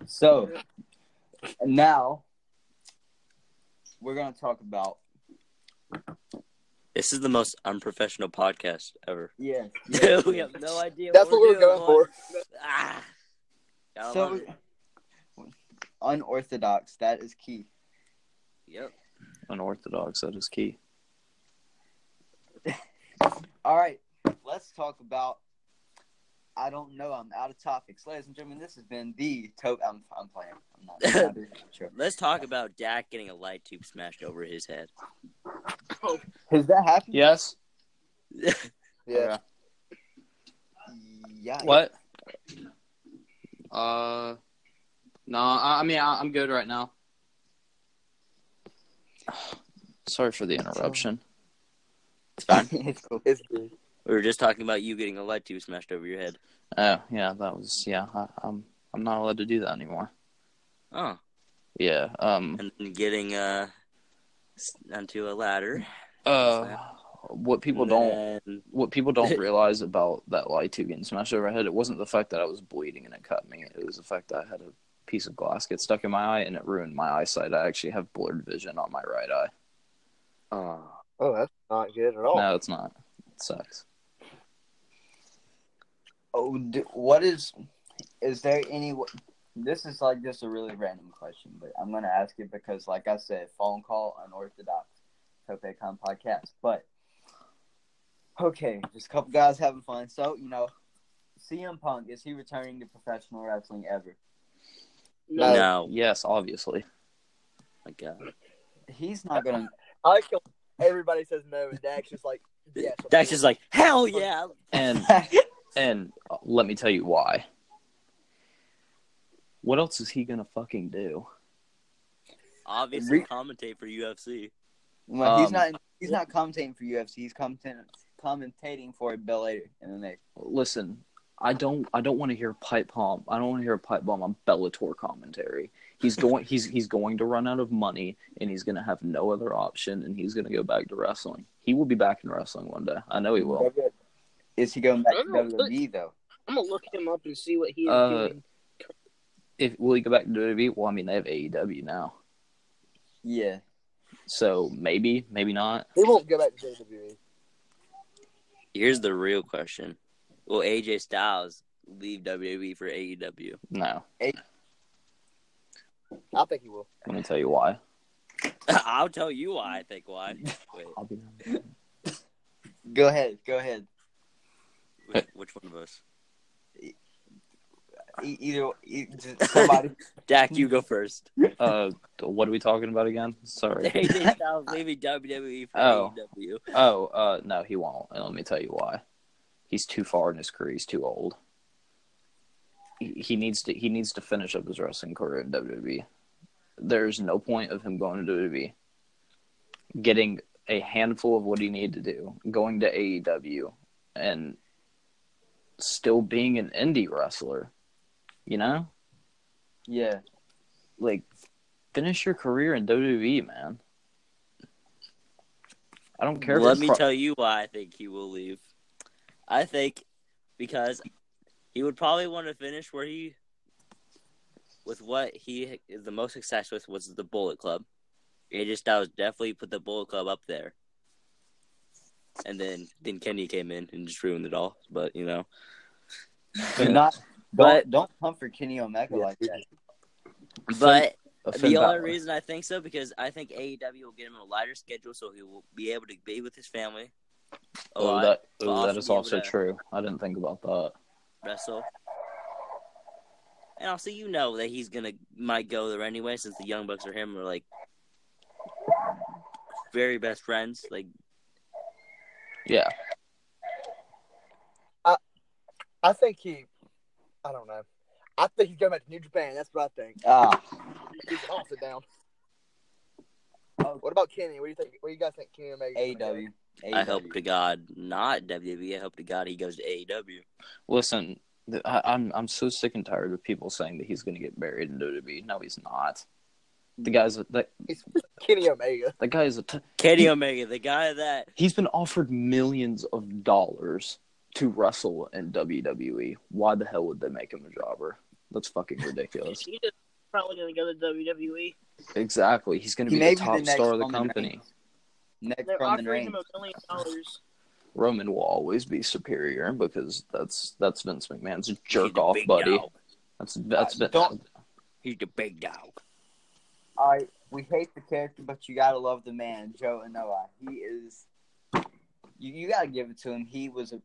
[SPEAKER 3] So now we're gonna talk about
[SPEAKER 1] This is the most unprofessional podcast ever.
[SPEAKER 3] yeah.
[SPEAKER 1] we have no idea.
[SPEAKER 2] That's what we're
[SPEAKER 1] doing,
[SPEAKER 2] going for.
[SPEAKER 1] boy. Ah. Gotta love
[SPEAKER 3] So
[SPEAKER 1] it.
[SPEAKER 3] unorthodox. That is key.
[SPEAKER 1] yep.
[SPEAKER 5] Unorthodox, that is key.
[SPEAKER 3] All right, let's talk about. I don't know. I'm out of topics, ladies and gentlemen. This has been the tote. I'm, I'm playing. I'm not. I'm not doing it. Sure.
[SPEAKER 1] Let's talk about Dak getting a light tube smashed over his head.
[SPEAKER 3] Has that happened?
[SPEAKER 5] Yes?
[SPEAKER 2] Yeah.
[SPEAKER 3] Yeah.
[SPEAKER 5] What? Uh, no, I, I mean, I, I'm good right now. Sorry for the interruption.
[SPEAKER 1] It's fine.
[SPEAKER 3] It's cool.
[SPEAKER 2] It's good.
[SPEAKER 1] we were just talking about you getting a light tube smashed over your head.
[SPEAKER 5] Oh, yeah, that was, yeah, I, I'm, I'm not allowed to do that anymore.
[SPEAKER 1] Oh,
[SPEAKER 5] Yeah, um,
[SPEAKER 1] and then getting uh s- onto a ladder.
[SPEAKER 5] uh, what people
[SPEAKER 1] And
[SPEAKER 5] don't
[SPEAKER 1] then-
[SPEAKER 5] what people don't realize about that light tube getting smashed over my head, it wasn't the fact that I was bleeding and it cut me. It was the fact that I had a piece of glass get stuck in my eye and it ruined my eyesight. I actually have blurred vision on my right eye.
[SPEAKER 2] Oh, that's not good at all.
[SPEAKER 5] No, it's not. It sucks.
[SPEAKER 3] Oh, d what is? Is there any? w- This is like just a really random question, but I'm gonna ask it because, like I said, phone call unorthodox, Topecon podcast. But okay, just a couple guys having fun. So you know, CM Punk is he returning to professional wrestling ever?
[SPEAKER 1] no. uh,
[SPEAKER 2] No.
[SPEAKER 5] Yes, obviously.
[SPEAKER 1] my God.
[SPEAKER 3] He's not
[SPEAKER 5] Uh,
[SPEAKER 3] gonna.
[SPEAKER 2] I like how everybody says no, and Dak's just like, yeah.
[SPEAKER 1] Dak's just like, hell yeah.
[SPEAKER 5] And and uh, let me tell you why. What else is he gonna fucking do?
[SPEAKER 1] Obviously,
[SPEAKER 3] Re-
[SPEAKER 1] commentate for UFC.
[SPEAKER 3] Well, he's
[SPEAKER 5] Um,
[SPEAKER 3] not. He's not commentating for UFC. He's commentating commentating for Bill later in the
[SPEAKER 5] Listen, I don't I don't want to hear pipe bomb. I don't want to hear a pipe bomb on Bellator commentary. He's going he's he's going to run out of money and he's going to have no other option and he's going to go back to wrestling. He will be back in wrestling one day. I know he will.
[SPEAKER 3] Is he going back to
[SPEAKER 4] Really?
[SPEAKER 3] WWE though?
[SPEAKER 4] I'm gonna look him up and see what he's
[SPEAKER 5] Uh,
[SPEAKER 4] doing.
[SPEAKER 5] If will he go back to WWE? Well, I mean they have AEW now.
[SPEAKER 3] Yeah.
[SPEAKER 5] So maybe, maybe not.
[SPEAKER 2] He won't go back to E. WWE.
[SPEAKER 1] Here's the real question: Will AJ Styles leave WWE for E AEW?
[SPEAKER 5] No.
[SPEAKER 2] I think he will.
[SPEAKER 5] Let me tell you why.
[SPEAKER 1] I'll tell you why I think why. Wait,
[SPEAKER 5] I'll be
[SPEAKER 3] Go ahead. Go ahead.
[SPEAKER 1] which, which one of us?
[SPEAKER 3] E- either e- just somebody.
[SPEAKER 1] Dak, you go first.
[SPEAKER 5] uh what are we talking about again? Sorry.
[SPEAKER 1] AJ Styles leaving WWE for E
[SPEAKER 5] Oh.
[SPEAKER 1] AEW.
[SPEAKER 5] Oh, uh, no, he won't. And let me tell you why. He's too far in his career. He's too old. He, he needs to. He needs to finish up his wrestling career in WWE. There's no point of him going to WWE. Getting a handful of what he needed to do, going to AEW, and still being an indie wrestler. You know,
[SPEAKER 3] yeah.
[SPEAKER 5] like finish your career in WWE, man. I don't care. if
[SPEAKER 1] Let
[SPEAKER 5] it's
[SPEAKER 1] me
[SPEAKER 5] pro-
[SPEAKER 1] tell you why I think he will leave. I think because he would probably want to finish where he with what he is the most success with was the Bullet Club. AJ Styles definitely put the Bullet Club up there. And then then Kenny came in and just ruined it all. But you know.
[SPEAKER 3] Do not.
[SPEAKER 1] But-
[SPEAKER 3] Don't, don't pump for Kenny Omega like that.
[SPEAKER 1] But
[SPEAKER 5] Finn
[SPEAKER 1] the only
[SPEAKER 5] Balor.
[SPEAKER 1] reason I think so because I think AEW will get him on a lighter schedule so he will be able to be with his family. A
[SPEAKER 5] Oh,
[SPEAKER 1] lot,
[SPEAKER 5] that,
[SPEAKER 1] but
[SPEAKER 5] ooh,
[SPEAKER 1] also
[SPEAKER 5] that is
[SPEAKER 1] be able
[SPEAKER 5] also
[SPEAKER 1] to-
[SPEAKER 5] true. I didn't think about that.
[SPEAKER 1] wrestle. And also, you know that he's gonna might go there anyway, since the Young Bucks or him are like very best friends. Like,
[SPEAKER 5] Yeah.
[SPEAKER 2] I think he. I don't know. I think he's going back to New Japan. That's what I think.
[SPEAKER 3] Ah.
[SPEAKER 2] You can all sit down.
[SPEAKER 3] Oh.
[SPEAKER 2] What about Kenny? What do you think? What do you guys think Kenny Omega's gonna do?
[SPEAKER 3] AEW.
[SPEAKER 1] I hope to God not WWE. I hope to God he goes to E AEW.
[SPEAKER 5] Listen, th- I, I'm I'm so sick and tired of people saying that he's going to get buried in WWE. No, he's not. The guy's a- that
[SPEAKER 2] Kenny Omega.
[SPEAKER 5] the guy is a t-
[SPEAKER 1] Kenny Omega, the guy that
[SPEAKER 5] he's been offered millions of dollars to wrestle in WWE. Why the hell would they make him a jobber? That's fucking ridiculous.
[SPEAKER 4] He's just probably gonna go to E. WWE.
[SPEAKER 5] exactly. He's going to
[SPEAKER 3] He
[SPEAKER 5] be
[SPEAKER 3] may be
[SPEAKER 5] the
[SPEAKER 3] the
[SPEAKER 5] top
[SPEAKER 3] next
[SPEAKER 5] star of the
[SPEAKER 3] Roman Reigns.
[SPEAKER 5] company.
[SPEAKER 3] Next
[SPEAKER 4] They're
[SPEAKER 3] Roman
[SPEAKER 4] offering
[SPEAKER 3] Reigns.
[SPEAKER 4] him a million dollars.
[SPEAKER 5] Roman will always be superior because that's that's Vince McMahon's
[SPEAKER 1] he's
[SPEAKER 5] jerk
[SPEAKER 1] the
[SPEAKER 5] off
[SPEAKER 1] big
[SPEAKER 5] buddy.
[SPEAKER 1] dog.
[SPEAKER 5] That's that's
[SPEAKER 3] Uh,
[SPEAKER 5] Vin-
[SPEAKER 3] don't-
[SPEAKER 1] He's the big dog.
[SPEAKER 3] All right, we hate the character, but you gotta love the man, Joe Noah. He is. You, you gotta give it to him. He was a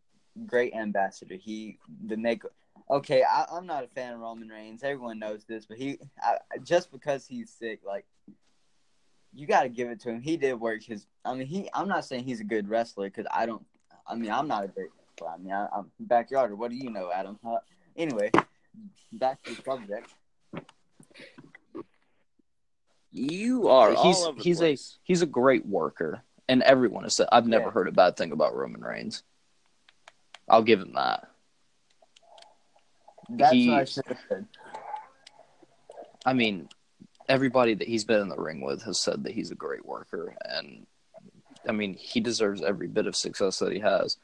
[SPEAKER 3] great ambassador. He the make. Okay, I, I'm not a fan of Roman Reigns. Everyone knows this, but he I, I- just because he's sick, like you gotta give it to him. He did work his. I mean, he. I'm not saying he's a good wrestler because I don't. I mean, I'm not a great wrestler. I mean, I, I'm a backyarder. What do you know, Adam? Huh? Anyway, back to the subject.
[SPEAKER 1] You are
[SPEAKER 5] he's
[SPEAKER 1] all over
[SPEAKER 5] he's
[SPEAKER 1] the place.
[SPEAKER 5] a he's a great worker, and everyone has said I've never
[SPEAKER 3] Yeah.
[SPEAKER 5] heard a bad thing about Roman Reigns. I'll give him that.
[SPEAKER 3] That's
[SPEAKER 5] He-
[SPEAKER 3] what I should have said.
[SPEAKER 5] I mean, everybody that he's been in the ring with has said that he's a great worker, and I mean he deserves every bit of success that he has.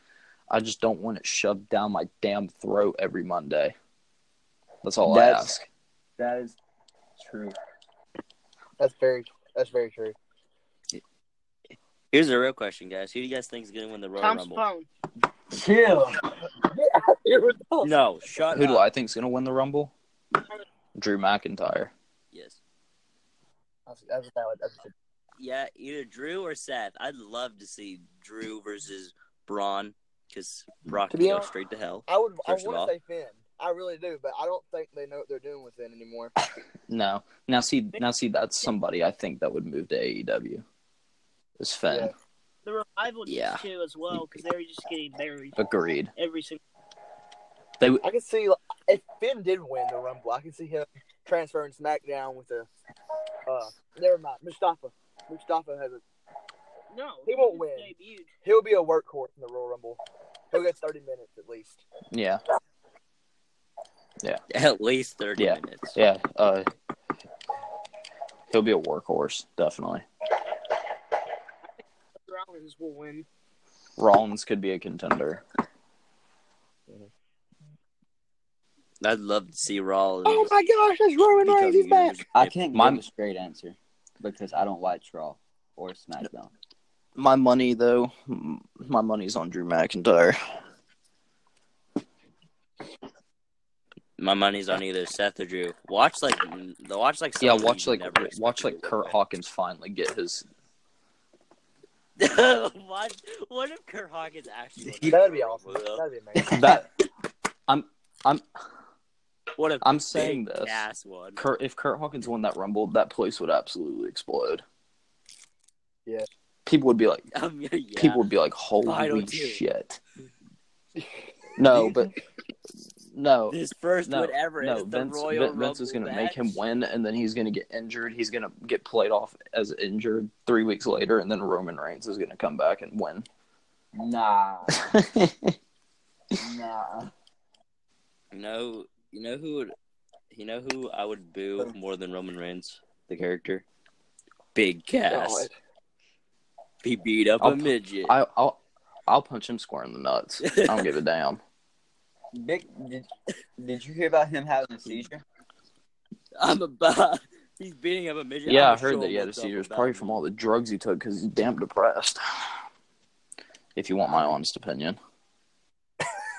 [SPEAKER 5] I just don't want it shoved down my damn throat every Monday. That's all I
[SPEAKER 3] That's-
[SPEAKER 5] ask.
[SPEAKER 3] That is true.
[SPEAKER 2] That's very. That's very true.
[SPEAKER 1] Here's a real question, guys. Who do you guys think is gonna win the Royal
[SPEAKER 4] Tom's
[SPEAKER 1] Rumble?
[SPEAKER 4] phone.
[SPEAKER 3] Chill.
[SPEAKER 1] No, shut
[SPEAKER 5] Who
[SPEAKER 1] up.
[SPEAKER 5] do I think's gonna win the Rumble? Drew McIntyre.
[SPEAKER 1] Yes.
[SPEAKER 2] That's, that's a valid. That's a,
[SPEAKER 1] Yeah, either Drew or Seth. I'd love to see Drew versus Braun because Brock
[SPEAKER 2] To
[SPEAKER 1] can
[SPEAKER 2] be
[SPEAKER 1] go
[SPEAKER 2] hon-
[SPEAKER 1] straight to hell.
[SPEAKER 2] I would.
[SPEAKER 1] First
[SPEAKER 2] I
[SPEAKER 1] of
[SPEAKER 2] want
[SPEAKER 1] all-
[SPEAKER 2] to say Finn. I really do, but I don't think they know what they're doing with Finn anymore.
[SPEAKER 5] No. Now see now see that's somebody I think that would move to AEW. Is Finn.
[SPEAKER 2] Yeah.
[SPEAKER 4] The revival needs
[SPEAKER 5] Yeah.
[SPEAKER 4] to as well because they were just getting buried
[SPEAKER 5] Agreed.
[SPEAKER 4] every single.
[SPEAKER 5] They
[SPEAKER 2] I can see like, if Finn did win the Rumble, I can see him transferring SmackDown with a. Uh, never mind, Mustafa. Mustafa has a
[SPEAKER 4] No,
[SPEAKER 2] He won't
[SPEAKER 4] just
[SPEAKER 2] win.
[SPEAKER 4] Debuted.
[SPEAKER 2] He'll be a workhorse in the Royal Rumble. He'll get 30 minutes at least.
[SPEAKER 5] Yeah,
[SPEAKER 1] At least 30
[SPEAKER 5] Yeah.
[SPEAKER 1] minutes.
[SPEAKER 5] yeah. Uh, he'll be a workhorse, definitely.
[SPEAKER 4] Rollins will win.
[SPEAKER 5] Rollins could be a contender.
[SPEAKER 1] I'd love to see Rollins.
[SPEAKER 2] Oh my gosh, that's Roman
[SPEAKER 1] become
[SPEAKER 2] Reigns. He's back.
[SPEAKER 1] huge.
[SPEAKER 3] I can't
[SPEAKER 5] My-
[SPEAKER 3] give a straight answer because I don't watch Raw or SmackDown.
[SPEAKER 5] My money, though, m- my money's on Drew McIntyre.
[SPEAKER 1] My money's on either Seth or Drew. Watch like the watch like
[SPEAKER 5] yeah,
[SPEAKER 1] someone
[SPEAKER 5] watch
[SPEAKER 1] you
[SPEAKER 5] like
[SPEAKER 1] never expect
[SPEAKER 5] watch
[SPEAKER 1] to
[SPEAKER 5] like
[SPEAKER 1] win.
[SPEAKER 5] Kurt Hawkins finally get his.
[SPEAKER 1] watch, what if Kurt Hawkins actually? won the
[SPEAKER 2] That'd be
[SPEAKER 1] Royal
[SPEAKER 2] awesome.
[SPEAKER 1] Rumble, though?
[SPEAKER 2] That'd be amazing.
[SPEAKER 5] That I'm I'm
[SPEAKER 1] What if
[SPEAKER 5] I'm saying this.
[SPEAKER 1] ass one?
[SPEAKER 5] Kurt, if Kurt Hawkins won that Rumble, that place would absolutely explode.
[SPEAKER 2] Yeah.
[SPEAKER 5] people would be like,
[SPEAKER 1] Um, yeah.
[SPEAKER 5] people would be like,
[SPEAKER 1] Vital
[SPEAKER 5] holy
[SPEAKER 1] too.
[SPEAKER 5] shit. No, but no,
[SPEAKER 1] His first
[SPEAKER 5] no,
[SPEAKER 1] win ever.
[SPEAKER 5] no.
[SPEAKER 1] is the
[SPEAKER 5] Vince,
[SPEAKER 1] Royal
[SPEAKER 5] Vin- Vince is
[SPEAKER 1] Rumble
[SPEAKER 5] gonna make him
[SPEAKER 1] match.
[SPEAKER 5] win, and then he's gonna get injured. He's gonna get played off as injured three weeks later, and then Roman Reigns is gonna come back and win.
[SPEAKER 3] Nah, nah.
[SPEAKER 1] You know, you know who would, you know who I would boo more than Roman Reigns, the character. Big Cass.
[SPEAKER 2] God.
[SPEAKER 1] He beat up
[SPEAKER 5] I'll
[SPEAKER 1] a
[SPEAKER 5] pu-
[SPEAKER 1] midget.
[SPEAKER 5] I, I'll I'll punch him square in the nuts. I don't give a damn.
[SPEAKER 3] Big, did, did you hear about him having a seizure?
[SPEAKER 1] I'm a bu- He's beating up a midget.
[SPEAKER 5] Yeah,
[SPEAKER 1] I'ma
[SPEAKER 5] I heard
[SPEAKER 1] show
[SPEAKER 5] that
[SPEAKER 1] him
[SPEAKER 5] he had a
[SPEAKER 1] what's up
[SPEAKER 5] seizure. It's
[SPEAKER 1] about
[SPEAKER 5] probably
[SPEAKER 1] me.
[SPEAKER 5] from all the drugs he took because he's damn depressed. If you want my honest opinion,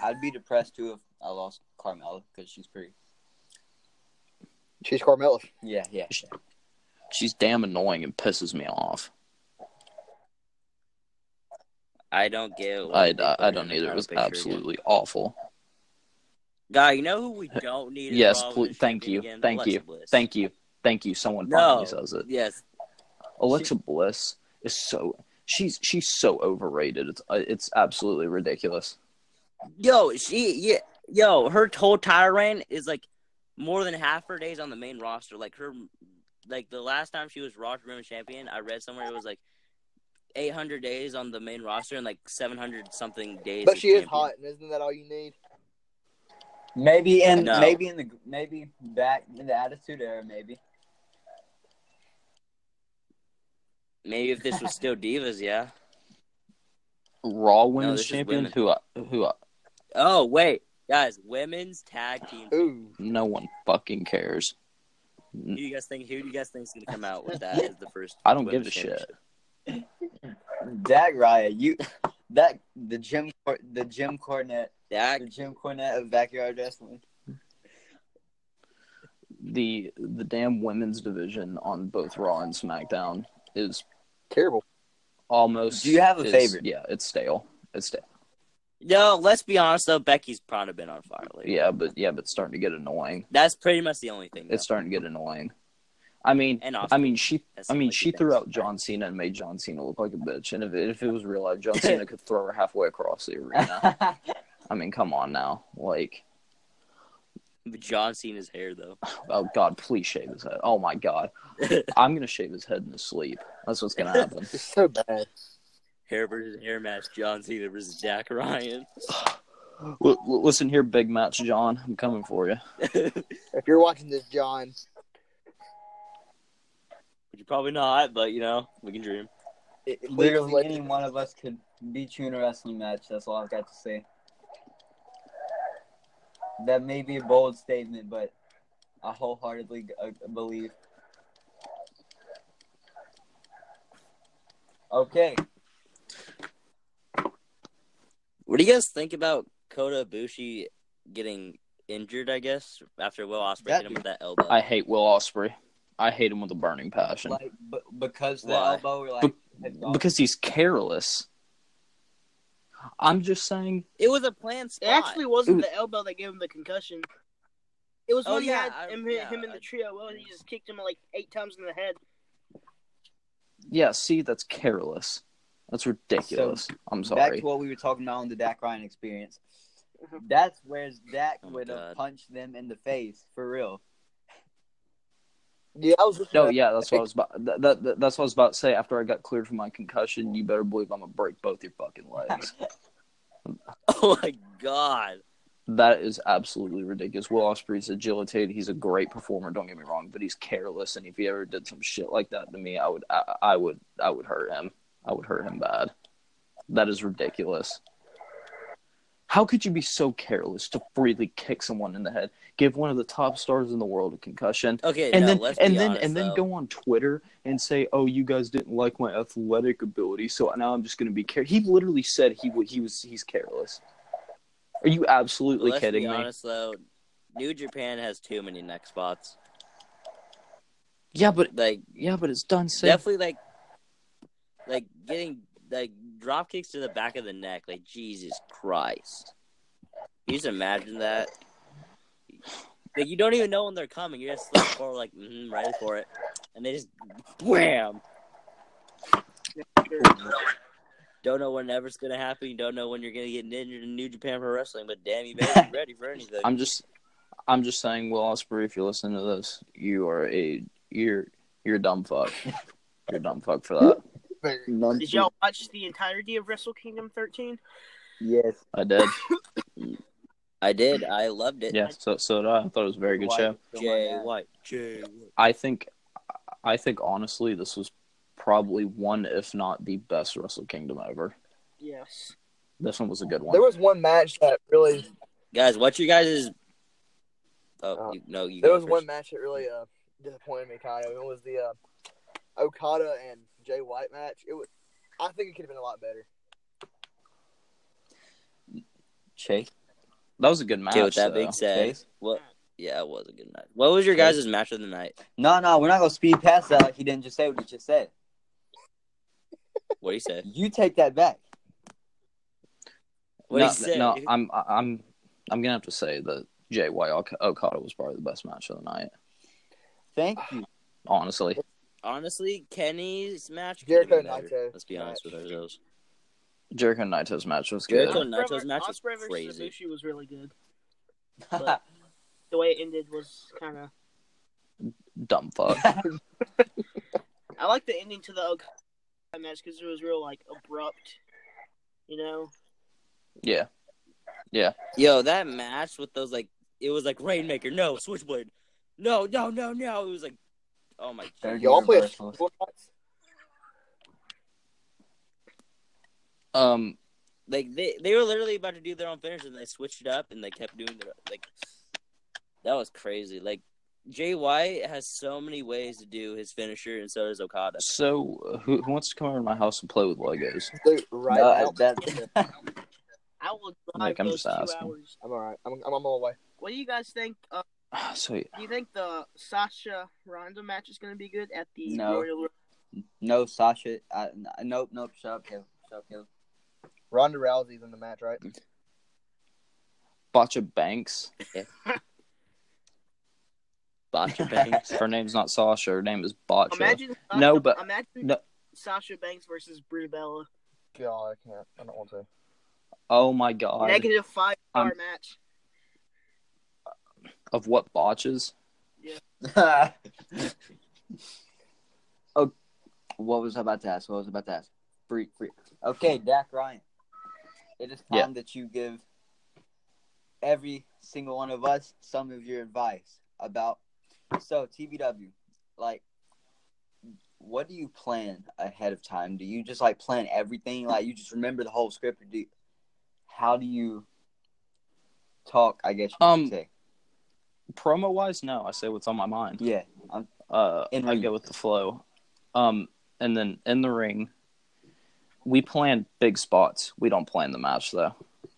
[SPEAKER 3] I'd be depressed too if I lost Carmella because she's pretty.
[SPEAKER 2] She's Carmella.
[SPEAKER 3] Yeah, yeah.
[SPEAKER 5] she's damn annoying and pisses me off.
[SPEAKER 1] I don't get. why
[SPEAKER 5] I,
[SPEAKER 1] they
[SPEAKER 5] I,
[SPEAKER 1] put
[SPEAKER 5] I
[SPEAKER 1] her
[SPEAKER 5] don't
[SPEAKER 1] in the
[SPEAKER 5] either. It
[SPEAKER 1] title
[SPEAKER 5] was
[SPEAKER 1] picture again.
[SPEAKER 5] absolutely awful.
[SPEAKER 1] Guy, you know who we don't need? in
[SPEAKER 5] Yes,
[SPEAKER 1] Raw when
[SPEAKER 5] pl-
[SPEAKER 1] it's
[SPEAKER 5] thank
[SPEAKER 1] shaking
[SPEAKER 5] you.
[SPEAKER 1] again?
[SPEAKER 5] Thank
[SPEAKER 1] Alexa
[SPEAKER 5] you.
[SPEAKER 1] Bliss.
[SPEAKER 5] Thank you, thank you. Someone
[SPEAKER 1] No.
[SPEAKER 5] finally says it.
[SPEAKER 1] Yes,
[SPEAKER 5] Alexa Bliss is so she's she's so overrated. It's uh, it's absolutely ridiculous.
[SPEAKER 1] yo, she, yeah, yo, her whole tire reign is like more than half her days on the main roster. Like her, like the last time she was Raw Women's Champion, I read somewhere it was like 800 days on the main roster and like 700 something days.
[SPEAKER 2] But
[SPEAKER 1] as
[SPEAKER 2] she is
[SPEAKER 1] champion.
[SPEAKER 2] hot, and isn't that all you need?
[SPEAKER 3] Maybe in
[SPEAKER 1] No.
[SPEAKER 3] maybe in the maybe back in the Attitude Era, maybe.
[SPEAKER 1] Maybe if this was still divas, yeah.
[SPEAKER 5] Raw
[SPEAKER 1] this
[SPEAKER 5] Women's
[SPEAKER 1] is
[SPEAKER 5] Champion
[SPEAKER 1] women.
[SPEAKER 5] who I, who uh, I,
[SPEAKER 1] Oh wait, guys, women's tag team. Who
[SPEAKER 2] Ooh.
[SPEAKER 5] no one fucking cares.
[SPEAKER 1] do you guys think? Who do you guys think's gonna come out with that as the first?
[SPEAKER 5] I don't
[SPEAKER 1] women's
[SPEAKER 5] give a
[SPEAKER 1] championship?
[SPEAKER 5] shit.
[SPEAKER 3] That Raya, you that the Jim Cor- the Jim Cornette
[SPEAKER 1] That
[SPEAKER 3] the Jim Cornette of backyard wrestling.
[SPEAKER 5] the the damn women's division on both Raw and SmackDown is
[SPEAKER 2] Terrible.
[SPEAKER 5] almost.
[SPEAKER 3] Do you have a
[SPEAKER 5] is-
[SPEAKER 3] favorite?
[SPEAKER 5] Yeah, it's stale. It's stale.
[SPEAKER 1] No, let's be honest though. Becky's probably been on fire lately.
[SPEAKER 5] Yeah, but yeah, but it's starting to get annoying.
[SPEAKER 1] that's pretty much the only thing. though.
[SPEAKER 5] It's starting to get annoying. I mean,
[SPEAKER 1] and
[SPEAKER 5] I
[SPEAKER 1] Austin.
[SPEAKER 5] mean, she,
[SPEAKER 1] That's
[SPEAKER 5] I mean,
[SPEAKER 1] like
[SPEAKER 5] she
[SPEAKER 1] the
[SPEAKER 5] threw
[SPEAKER 1] best.
[SPEAKER 5] out John Cena and made John Cena look like a bitch. And if it, if it was real life, John Cena could throw her halfway across the arena. I mean, come on now, like,
[SPEAKER 1] John Cena's hair though.
[SPEAKER 5] oh God, please shave his head. Oh my God, I'm gonna shave his head in his sleep. That's what's gonna happen.
[SPEAKER 2] It's so bad.
[SPEAKER 1] Hair versus hair match. John Cena versus Jack Ryan.
[SPEAKER 5] L- l- listen here, big match, John. I'm coming for you.
[SPEAKER 2] If you're watching this, John,
[SPEAKER 1] Which you're probably not, but you know we can dream.
[SPEAKER 2] it, it-
[SPEAKER 3] Literally
[SPEAKER 2] like-
[SPEAKER 3] any one of us could beat you in a wrestling match. That's all I've got to say. That may be a bold statement, but I wholeheartedly uh, believe. Okay,
[SPEAKER 1] What do you guys think about Kota Ibushi getting injured? I guess after Will Ospreay
[SPEAKER 3] That
[SPEAKER 1] hit him with that elbow.
[SPEAKER 5] I hate Will Osprey. I hate him with a burning passion
[SPEAKER 3] like b- because the
[SPEAKER 1] Why?
[SPEAKER 3] elbow, like
[SPEAKER 5] Be-
[SPEAKER 3] had gone-
[SPEAKER 5] because he's careless. I'm just saying.
[SPEAKER 1] it was a planned
[SPEAKER 4] It
[SPEAKER 1] spot.
[SPEAKER 4] actually wasn't
[SPEAKER 5] Ooh.
[SPEAKER 4] the elbow that gave him the concussion. It was
[SPEAKER 1] Oh,
[SPEAKER 4] when he
[SPEAKER 1] yeah,
[SPEAKER 4] had
[SPEAKER 1] I-
[SPEAKER 4] him,
[SPEAKER 1] yeah,
[SPEAKER 4] him in
[SPEAKER 1] I-
[SPEAKER 4] the trio. Well, he just kicked him like eight times in the head.
[SPEAKER 5] Yeah, see, that's careless. That's ridiculous. I'm
[SPEAKER 3] back
[SPEAKER 5] sorry.
[SPEAKER 3] to what we were talking about on the Dak Ryan experience.
[SPEAKER 4] Mhm.
[SPEAKER 3] That's where Dak
[SPEAKER 1] Oh my
[SPEAKER 3] would have
[SPEAKER 1] God.
[SPEAKER 3] punched them in the face for real.
[SPEAKER 2] Yeah, I was looking
[SPEAKER 5] No,
[SPEAKER 2] at-
[SPEAKER 5] yeah, that's what I was about. That, that, that's what I was about to say. After I got cleared from my concussion, you better believe I'm gonna break both your fucking legs.
[SPEAKER 1] Oh my god.
[SPEAKER 5] that is absolutely ridiculous. Will Ospreay's agilitated. He's a great performer. Don't get me wrong, but he's careless. And if he ever did some shit like that to me, I would, I, I would, I would hurt him. I would hurt him bad. That is ridiculous. How could you be so careless to freely kick someone in the head, give one of the top stars in the world a concussion,
[SPEAKER 1] Okay,
[SPEAKER 5] and
[SPEAKER 1] no,
[SPEAKER 5] then
[SPEAKER 1] let's
[SPEAKER 5] and
[SPEAKER 1] be
[SPEAKER 5] then
[SPEAKER 1] honest,
[SPEAKER 5] and then
[SPEAKER 1] though.
[SPEAKER 5] go on Twitter and say, "Oh, you guys didn't like my athletic ability, so now I'm just going to be careless." He literally said he wa- he was he's careless. Are you absolutely
[SPEAKER 1] let's
[SPEAKER 5] kidding
[SPEAKER 1] be
[SPEAKER 5] me?
[SPEAKER 1] honest though. New Japan has too many neck spots.
[SPEAKER 5] Yeah, but
[SPEAKER 1] Like
[SPEAKER 5] yeah, but it's done safe.
[SPEAKER 1] definitely like like getting like drop kicks to the back of the neck. Like Jesus Christ, you just imagine that. Like you don't even know when they're coming. You just slip forward, like mm, ready for it, and they just wham. Don't know whenever it's gonna happen. You don't know when you're gonna get injured in New Japan Pro Wrestling, but damn, you better be ready for anything.
[SPEAKER 5] I'm just I'm just saying, Will Osprey, if you listen to this, you are a you're you're a dumb fuck. you're a dumb fuck for that.
[SPEAKER 4] Did y'all watch the entirety of Wrestle Kingdom 13?
[SPEAKER 2] Yes.
[SPEAKER 5] I did.
[SPEAKER 1] I did. I loved it.
[SPEAKER 5] Yeah, so so did I. I thought it was a very good
[SPEAKER 3] Why
[SPEAKER 5] show.
[SPEAKER 3] you still
[SPEAKER 1] Jay
[SPEAKER 3] on that?
[SPEAKER 1] White. Jay White.
[SPEAKER 5] I think I think honestly this was probably one if not the best Wrestle Kingdom ever.
[SPEAKER 4] Yes.
[SPEAKER 5] This one was a good one.
[SPEAKER 2] There was one match that really
[SPEAKER 1] Guys, what's your guys'
[SPEAKER 2] Uh,
[SPEAKER 1] Oh, you, no, you
[SPEAKER 2] There
[SPEAKER 1] go
[SPEAKER 2] was
[SPEAKER 1] first.
[SPEAKER 2] one match that really uh, disappointed me kind of. It was the uh, Okada and Jay White match. It was, I think it could have been a lot better.
[SPEAKER 5] Chase. That was a good match.
[SPEAKER 1] Okay, with that
[SPEAKER 5] though.
[SPEAKER 1] being said,
[SPEAKER 3] Chase?
[SPEAKER 1] what? Yeah, it was a good night. What was your
[SPEAKER 3] Chase?
[SPEAKER 1] guys' match of the night?
[SPEAKER 3] No, no, we're not gonna speed past that. Like he didn't just say what he just said.
[SPEAKER 1] What do you say?
[SPEAKER 3] You take that back.
[SPEAKER 1] What do
[SPEAKER 5] no,
[SPEAKER 1] you say?
[SPEAKER 5] no, I'm I'm I'm gonna have to say that Jay White Ok- Okada was probably the best match of the night.
[SPEAKER 3] Thank you.
[SPEAKER 5] Honestly,
[SPEAKER 1] Honestly, Kenny's match. could've
[SPEAKER 2] Jericho
[SPEAKER 1] been better.
[SPEAKER 2] Naito
[SPEAKER 1] Let's be honest with
[SPEAKER 2] match.
[SPEAKER 1] ourselves.
[SPEAKER 5] Jericho and Naito's match Oh, was good.
[SPEAKER 1] Jericho and
[SPEAKER 4] Ospreay-
[SPEAKER 1] Naito's match was
[SPEAKER 4] Ospreay versus
[SPEAKER 1] crazy.
[SPEAKER 4] Ibushi was really good. But- The way it ended was kind of.
[SPEAKER 5] Dumb fuck.
[SPEAKER 4] I like the ending to the Okada match because it was real like abrupt. You know,
[SPEAKER 5] yeah,
[SPEAKER 1] Yo, that match with those like, it was like Rainmaker. No, Switchblade. No, no, no, no. It was like, oh my.
[SPEAKER 3] Thirty
[SPEAKER 2] Y'all play a
[SPEAKER 3] reversals.
[SPEAKER 2] four shots?
[SPEAKER 5] um,
[SPEAKER 1] Like they they were literally about to do their own finish, and they switched it up, and they kept doing their like. That was crazy. Like Jay White has so many ways to do his finisher, and so does Okada.
[SPEAKER 5] so uh, who, who wants to come over to my house and play with Legos?
[SPEAKER 2] Dude, right
[SPEAKER 3] No,
[SPEAKER 2] now.
[SPEAKER 3] that-
[SPEAKER 4] I will drive
[SPEAKER 5] Nick, I'm
[SPEAKER 4] those
[SPEAKER 5] just
[SPEAKER 4] two
[SPEAKER 5] asking.
[SPEAKER 4] hours.
[SPEAKER 2] I'm all right. I'm, I'm on my way.
[SPEAKER 4] What do you guys think? Uh,
[SPEAKER 5] so
[SPEAKER 4] do you think the Sasha Ronda match is going to be good at the
[SPEAKER 3] No.
[SPEAKER 4] Royal?
[SPEAKER 3] no, Sasha. I, n- nope, nope. Shut up, Caleb. Shut up, Caleb.
[SPEAKER 2] Ronda Rousey's in the match, right?
[SPEAKER 5] Botcha Banks.
[SPEAKER 1] Botch bangs.
[SPEAKER 5] Her name's not Sasha. Her name is Botcha.
[SPEAKER 4] Imagine Sasha,
[SPEAKER 5] No, but-
[SPEAKER 4] imagine
[SPEAKER 5] no.
[SPEAKER 4] Sasha Banks versus Brie Bella.
[SPEAKER 2] God, I can't. I don't want to.
[SPEAKER 5] oh my god!
[SPEAKER 4] Negative five star
[SPEAKER 5] I'm-
[SPEAKER 4] match.
[SPEAKER 5] Of what botches?
[SPEAKER 3] oh, what was I about to ask? What was I about to ask? Free, free. Okay, Dak Ryan. It is time
[SPEAKER 5] Yeah.
[SPEAKER 3] that you give every single one of us some of your advice about. So TBW, like, what do you plan ahead of time? Do you just like plan everything? Like you just remember the whole script? Or do you, how do you talk? I guess you could
[SPEAKER 5] Um,
[SPEAKER 3] say.
[SPEAKER 5] Promo wise, no. I say what's on my mind.
[SPEAKER 3] Yeah.
[SPEAKER 5] uh,
[SPEAKER 3] In
[SPEAKER 5] I
[SPEAKER 3] ring.
[SPEAKER 5] go with the flow. Um, and then in the ring, we plan big spots. We don't plan the match though.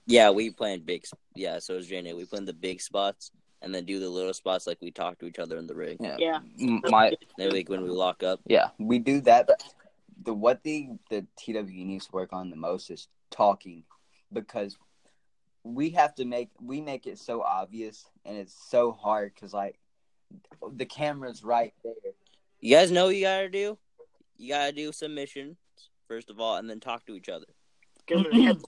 [SPEAKER 1] yeah, we planned big. sp- Yeah, so is Jane. We planned the big spots and then do the little spots like we talk to each other in the ring.
[SPEAKER 5] Yeah,
[SPEAKER 4] Yeah.
[SPEAKER 5] M- uh, my
[SPEAKER 1] Then like when we lock up.
[SPEAKER 5] yeah,
[SPEAKER 3] we do that. But the what the the TWE needs to work on the most is talking, because we have to make we make it so obvious and it's so hard because like the camera's right there.
[SPEAKER 1] You guys know what you gotta do. You gotta do submissions first of all, and then talk to each other.
[SPEAKER 4] Give them a head-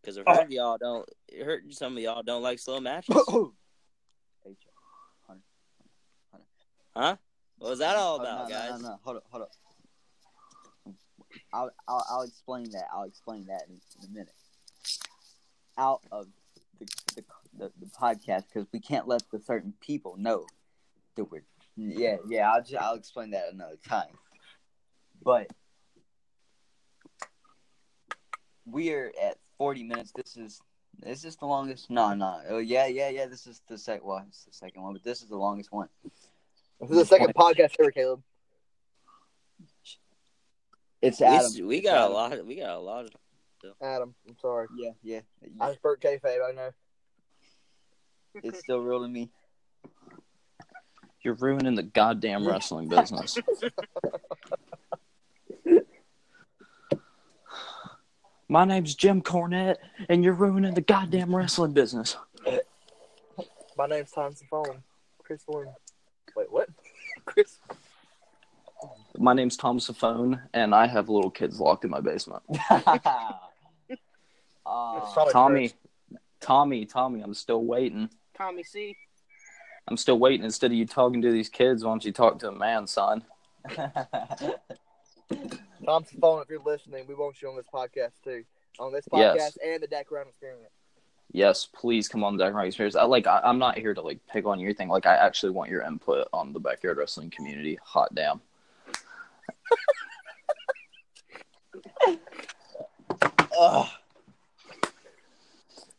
[SPEAKER 1] Because
[SPEAKER 5] Oh.
[SPEAKER 1] I've heard y'all don't. it Heard some of y'all don't
[SPEAKER 5] Oh,
[SPEAKER 1] like slow matches.
[SPEAKER 3] Hey, Joe.
[SPEAKER 1] Huh? What was that all
[SPEAKER 3] Oh,
[SPEAKER 1] about,
[SPEAKER 3] no, no,
[SPEAKER 1] guys?
[SPEAKER 3] No, no, hold up, hold up. I'll, I'll, I'll explain that. I'll explain that in, in a minute. Out of the the, the, the podcast because we can't let the certain people know that we're. Yeah, yeah. I'll just, I'll explain that another time. But we are at forty minutes. This is this is the longest. No, no. Oh, yeah, yeah, yeah. This is the second. Well, it's the second one, but this is the longest one.
[SPEAKER 2] This is the second podcast ever, Caleb.
[SPEAKER 3] It's
[SPEAKER 1] We
[SPEAKER 3] Adam.
[SPEAKER 1] s- We, got
[SPEAKER 3] Adam.
[SPEAKER 1] a lot. We got a lot. Of,
[SPEAKER 2] Adam, I'm sorry.
[SPEAKER 3] Yeah, yeah.
[SPEAKER 2] I just burnt kayfabe, I know.
[SPEAKER 3] It's still ruling me.
[SPEAKER 5] You're ruining the goddamn wrestling business. My name's Jim Cornette, and you're ruining the goddamn wrestling business.
[SPEAKER 2] My name's Tom Safone. Chris Warren. Wait, what? Chris.
[SPEAKER 5] My name's Tom Saffone, and I have little kids locked in my basement.
[SPEAKER 3] Aw.
[SPEAKER 5] Tommy, Tommy, Tommy, I'm still waiting.
[SPEAKER 4] Tommy C.
[SPEAKER 5] I'm still waiting. Instead of you talking to these kids, why don't you talk to a man, son?
[SPEAKER 2] Tom Safone, if you're listening, we want you on this podcast too. On this podcast
[SPEAKER 5] Yes.
[SPEAKER 2] and the Dak Round Experience.
[SPEAKER 5] Yes, please come on the Backyard Experience. I like. I, I'm not here to like pick on your thing. Like, I actually want your input on the backyard wrestling community. Hot damn.
[SPEAKER 3] Ugh.